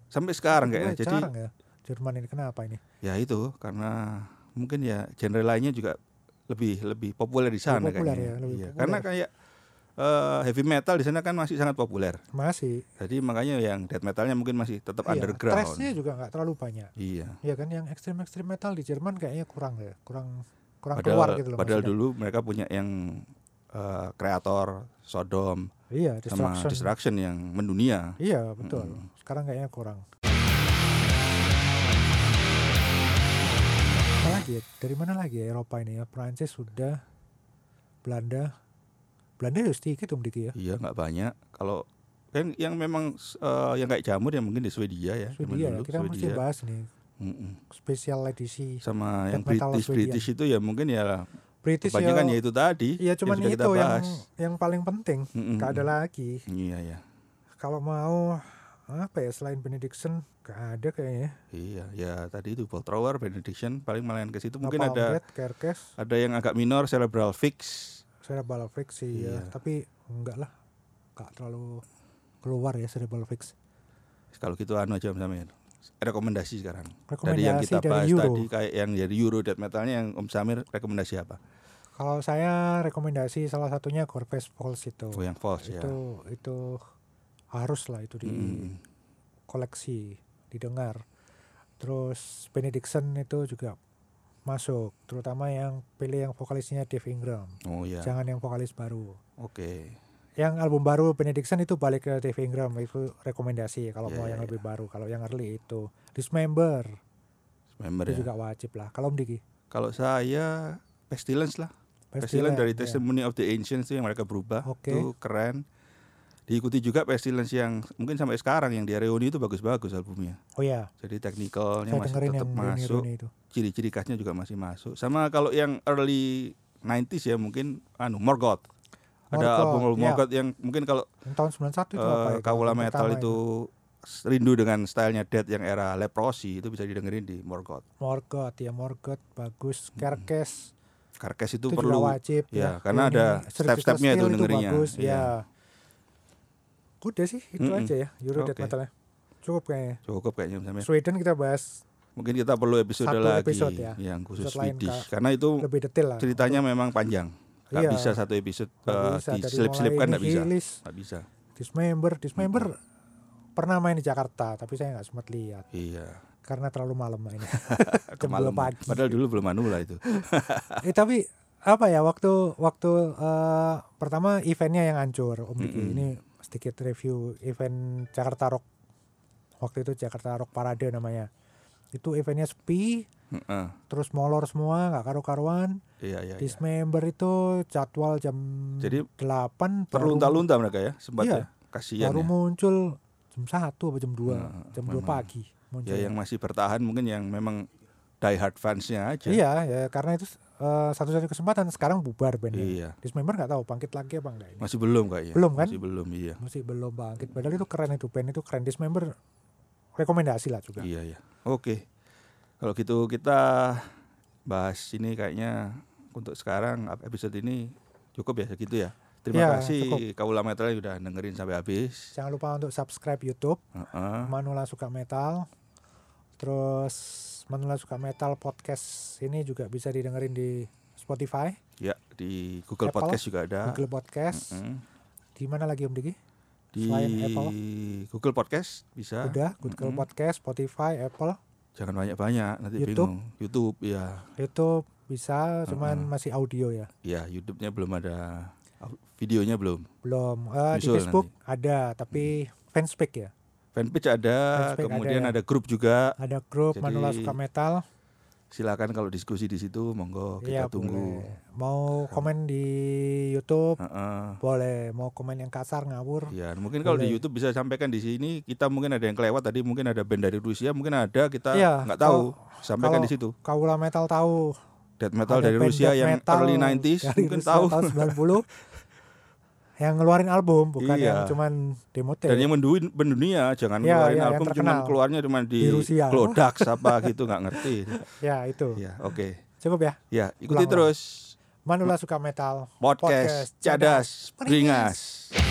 Speaker 1: Sampai sekarang
Speaker 2: Wah,
Speaker 1: kayaknya. Jadi
Speaker 2: jarang ya Jerman ini kenapa ini?
Speaker 1: ya itu karena mungkin ya genre lainnya juga lebih lebih populer di sana
Speaker 2: Lebih populer
Speaker 1: kayaknya.
Speaker 2: ya, lebih
Speaker 1: Iya,
Speaker 2: populer.
Speaker 1: Karena kayak eh, heavy metal di sana kan masih sangat populer.
Speaker 2: masih
Speaker 1: Jadi makanya yang death metalnya mungkin masih tetap
Speaker 2: Iya,
Speaker 1: underground.
Speaker 2: thrashnya juga nggak terlalu banyak
Speaker 1: Iya.
Speaker 2: ya kan yang ekstrim ekstrim metal di Jerman kayaknya kurang ya kurang kurang keluar
Speaker 1: Padahal,
Speaker 2: gitu loh
Speaker 1: padahal
Speaker 2: maksudnya.
Speaker 1: dulu mereka punya yang eh, kreator Sodom
Speaker 2: iya
Speaker 1: sama
Speaker 2: destruction.
Speaker 1: Destruction yang mendunia.
Speaker 2: iya betul
Speaker 1: Mm.
Speaker 2: sekarang kayaknya kurang apa lagi ya? dari mana lagi ya Eropa ini ya Prancis sudah Belanda Belanda ya sedikit om Diki ya
Speaker 1: Iya, nggak banyak. Kalau kan yang memang eh, yang kayak jamur yang mungkin di Swedia ya. zaman
Speaker 2: Swedia ya
Speaker 1: dulu,
Speaker 2: kita mesti
Speaker 1: Swedia.
Speaker 2: bahas nih
Speaker 1: Mm-mm.
Speaker 2: spesial edisi
Speaker 1: Sama yang
Speaker 2: Death metal
Speaker 1: British
Speaker 2: Swedia.
Speaker 1: British itu ya mungkin ya
Speaker 2: British ya
Speaker 1: kebanyakan ya itu tadi
Speaker 2: Iya cuman
Speaker 1: yang sudah
Speaker 2: itu
Speaker 1: kita
Speaker 2: yang
Speaker 1: bahas.
Speaker 2: yang paling penting
Speaker 1: Mm-mm.
Speaker 2: nggak ada lagi
Speaker 1: Iya ya.
Speaker 2: kalau mau apa ya selain Benediction nggak ada kayaknya
Speaker 1: Iya, ya tadi itu Bolt Thrower, Benediction, paling malahan ke situ mungkin
Speaker 2: Napalm
Speaker 1: ada
Speaker 2: Death, Carcass
Speaker 1: ada yang agak minor Cerebral Fix.
Speaker 2: Cerebral Fix sih
Speaker 1: Iya.
Speaker 2: ya tapi enggak lah nggak terlalu keluar ya Cerebral Fix
Speaker 1: Kalau gitu anu aja sama ya. Rekomendasi sekarang. Dari
Speaker 2: rekomendasi
Speaker 1: yang kita
Speaker 2: dari
Speaker 1: bahas
Speaker 2: Euro
Speaker 1: tadi kayak yang dari Euro death metalnya yang Om Samir rekomendasi apa?
Speaker 2: kalau saya rekomendasi salah satunya Corpus Falls itu
Speaker 1: Oh, yang False ya.
Speaker 2: itu itu harus lah itu di
Speaker 1: Mm-mm.
Speaker 2: koleksi didengar terus Benediction itu juga masuk terutama yang pilih yang vokalisnya Dave Ingram
Speaker 1: Oh ya.
Speaker 2: jangan yang vokalis baru
Speaker 1: Oke.
Speaker 2: yang album baru Benediction itu balik ke Dave Ingram itu rekomendasi kalau
Speaker 1: Iya,
Speaker 2: mau
Speaker 1: iya,
Speaker 2: yang
Speaker 1: iya.
Speaker 2: lebih baru kalau yang early itu Dismember
Speaker 1: Member
Speaker 2: itu
Speaker 1: ya.
Speaker 2: juga wajib lah kalau Om Diki
Speaker 1: Kalau saya Pestilence lah.
Speaker 2: Pestilence,
Speaker 1: Pestilence dari
Speaker 2: iya.
Speaker 1: Testimony of the Ancients itu yang mereka berubah.
Speaker 2: Oke.
Speaker 1: Itu keren. Diikuti juga Pestilence yang mungkin sampai sekarang yang di Reuni itu bagus-bagus albumnya.
Speaker 2: oh ya
Speaker 1: Jadi teknikalnya
Speaker 2: saya
Speaker 1: masih
Speaker 2: dengerin
Speaker 1: tetap
Speaker 2: yang Rooney
Speaker 1: masuk.
Speaker 2: Rooney itu
Speaker 1: Ciri-ciri khasnya juga masih masuk. Sama kalau yang early 90s ya mungkin anu Morgoth.
Speaker 2: Morgoth,
Speaker 1: Ada album album
Speaker 2: iya.
Speaker 1: Morgoth yang mungkin kalau
Speaker 2: Yang tahun 91 itu apa
Speaker 1: eh,
Speaker 2: itu?
Speaker 1: Kaula
Speaker 2: Yang
Speaker 1: Metal
Speaker 2: pertama ya?
Speaker 1: itu rindu dengan stylenya Dead yang era Leprosy itu bisa didengerin di Morgoth.
Speaker 2: Morgoth ya Morgoth bagus Kerkes
Speaker 1: Carcass
Speaker 2: itu,
Speaker 1: itu,
Speaker 2: juga
Speaker 1: perlu
Speaker 2: wajib
Speaker 1: ya, karena ada step-stepnya itu dengerinnya,
Speaker 2: bagus
Speaker 1: iya.
Speaker 2: ya udah sih itu
Speaker 1: Mm-mm.
Speaker 2: aja ya Euro
Speaker 1: Oke.
Speaker 2: Death
Speaker 1: Iya.
Speaker 2: Metalnya cukup kayaknya
Speaker 1: cukup kayaknya Samir.
Speaker 2: Sweden kita bahas
Speaker 1: Mungkin kita perlu episode
Speaker 2: Satu
Speaker 1: lagi
Speaker 2: episode ya.
Speaker 1: yang khusus
Speaker 2: Episode lain,
Speaker 1: Swedish
Speaker 2: Kak.
Speaker 1: karena itu
Speaker 2: lebih detail lah
Speaker 1: ceritanya memang panjang. Gak
Speaker 2: Iya.
Speaker 1: bisa satu episode
Speaker 2: Nggak
Speaker 1: eh,
Speaker 2: bisa, dari
Speaker 1: diselip-selipkan
Speaker 2: mulai
Speaker 1: gak bisa. Hmm.
Speaker 2: Nihilis,
Speaker 1: Gak bisa.
Speaker 2: Dismember Dismember pernah main di Jakarta tapi saya nggak sempat lihat
Speaker 1: Iya.
Speaker 2: karena terlalu malam mainnya jam dua
Speaker 1: Kemalam.
Speaker 2: pagi
Speaker 1: Padahal dulu belum anu lah itu.
Speaker 2: eh tapi apa ya waktu waktu eh, pertama eventnya yang hancur Om Diki
Speaker 1: Mm-mm.
Speaker 2: ini sedikit review event Jakarta Rock waktu itu Jakarta Rock Parade namanya itu eventnya sepi
Speaker 1: Heeh.
Speaker 2: terus molor semua nggak karu-karuan
Speaker 1: Iya, iya. iya.
Speaker 2: dismember itu jadwal jam
Speaker 1: Jadi,
Speaker 2: 8 baru-
Speaker 1: Terlunta-lunta mereka ya sempat
Speaker 2: Iya.
Speaker 1: ya. Kasihan
Speaker 2: baru
Speaker 1: ya.
Speaker 2: muncul jam satu atau jam 2
Speaker 1: Nah,
Speaker 2: jam 2
Speaker 1: memang.
Speaker 2: pagi muncul
Speaker 1: Ya yang masih bertahan mungkin yang memang die hard fansnya aja.
Speaker 2: iya ya karena itu eh, satu-satunya kesempatan sekarang bubar bandnya
Speaker 1: Iya.
Speaker 2: dismember nggak tahu bangkit lagi apa enggak ini
Speaker 1: Masih belum kayaknya.
Speaker 2: Belum kan?
Speaker 1: Masih belum, iya.
Speaker 2: masih belum bangkit padahal itu keren itu band itu keren dismember rekomendasi lah juga
Speaker 1: Iya, iya. Oke. Kalau gitu kita bahas ini kayaknya untuk sekarang episode ini cukup ya segitu ya.
Speaker 2: Ya,
Speaker 1: Terima kasih
Speaker 2: cukup.
Speaker 1: Kaula Metal yang udah dengerin sampai habis.
Speaker 2: jangan lupa untuk subscribe YouTube
Speaker 1: Heeh.
Speaker 2: Manula suka metal terus Manula suka metal podcast ini juga bisa didengerin di Spotify
Speaker 1: Ya, di Google
Speaker 2: Apple,
Speaker 1: Podcast juga ada.
Speaker 2: Google Podcast
Speaker 1: Ah. Mm-mm.
Speaker 2: di mana lagi Om Diki
Speaker 1: Di
Speaker 2: Selain Apple?
Speaker 1: Google Podcast bisa.
Speaker 2: udah
Speaker 1: Ah.
Speaker 2: Google
Speaker 1: Mm-mm.
Speaker 2: Podcast Spotify Apple
Speaker 1: Jangan banyak-banyak nanti
Speaker 2: YouTube?
Speaker 1: bingung. YouTube ya.
Speaker 2: itu bisa cuman
Speaker 1: Mm-mm.
Speaker 2: masih audio ya
Speaker 1: Ya, YouTube-nya belum ada videonya belum.
Speaker 2: belum Eh, di
Speaker 1: Visual
Speaker 2: Facebook ada tapi fanspage ya
Speaker 1: Fanpage ada,
Speaker 2: Fanpage ada
Speaker 1: kemudian
Speaker 2: ya.
Speaker 1: ada grup juga.
Speaker 2: ada grup
Speaker 1: Jadi-
Speaker 2: Manula suka metal
Speaker 1: silakan kalau diskusi di situ monggo
Speaker 2: Iya,
Speaker 1: kita tunggu Nah.
Speaker 2: boleh. mau komen di YouTube
Speaker 1: Heeh.
Speaker 2: boleh mau komen yang kasar ngawur
Speaker 1: ya mungkin kalau di
Speaker 2: Boleh.
Speaker 1: YouTube bisa sampaikan di sini kita mungkin ada yang kelewat tadi mungkin ada band dari Rusia mungkin ada kita
Speaker 2: Iya,
Speaker 1: nggak tahu sampaikan
Speaker 2: kalau-
Speaker 1: di situ
Speaker 2: kaula metal tahu
Speaker 1: death metal
Speaker 2: ada
Speaker 1: dari
Speaker 2: band
Speaker 1: Rusia
Speaker 2: death
Speaker 1: yang
Speaker 2: metal
Speaker 1: early 90s
Speaker 2: dari
Speaker 1: mungkin
Speaker 2: Rusia
Speaker 1: tahu
Speaker 2: tahun 90 yang ngeluarin album bukan
Speaker 1: Iya.
Speaker 2: yang cuman demo
Speaker 1: dan
Speaker 2: tape
Speaker 1: yang menduin mendunia jangan
Speaker 2: Iya,
Speaker 1: ngeluarin
Speaker 2: iya, yang
Speaker 1: album cuman
Speaker 2: terkenal.
Speaker 1: keluarnya cuma di,
Speaker 2: Di Rusia.
Speaker 1: Glodax apa gitu nggak ngerti
Speaker 2: ya itu
Speaker 1: ya oke
Speaker 2: cukup ya
Speaker 1: ya ikuti
Speaker 2: Ulang-ulang.
Speaker 1: terus
Speaker 2: Manula suka metal
Speaker 1: podcast,
Speaker 2: Podcast
Speaker 1: cadas
Speaker 2: Cadas,
Speaker 1: beringas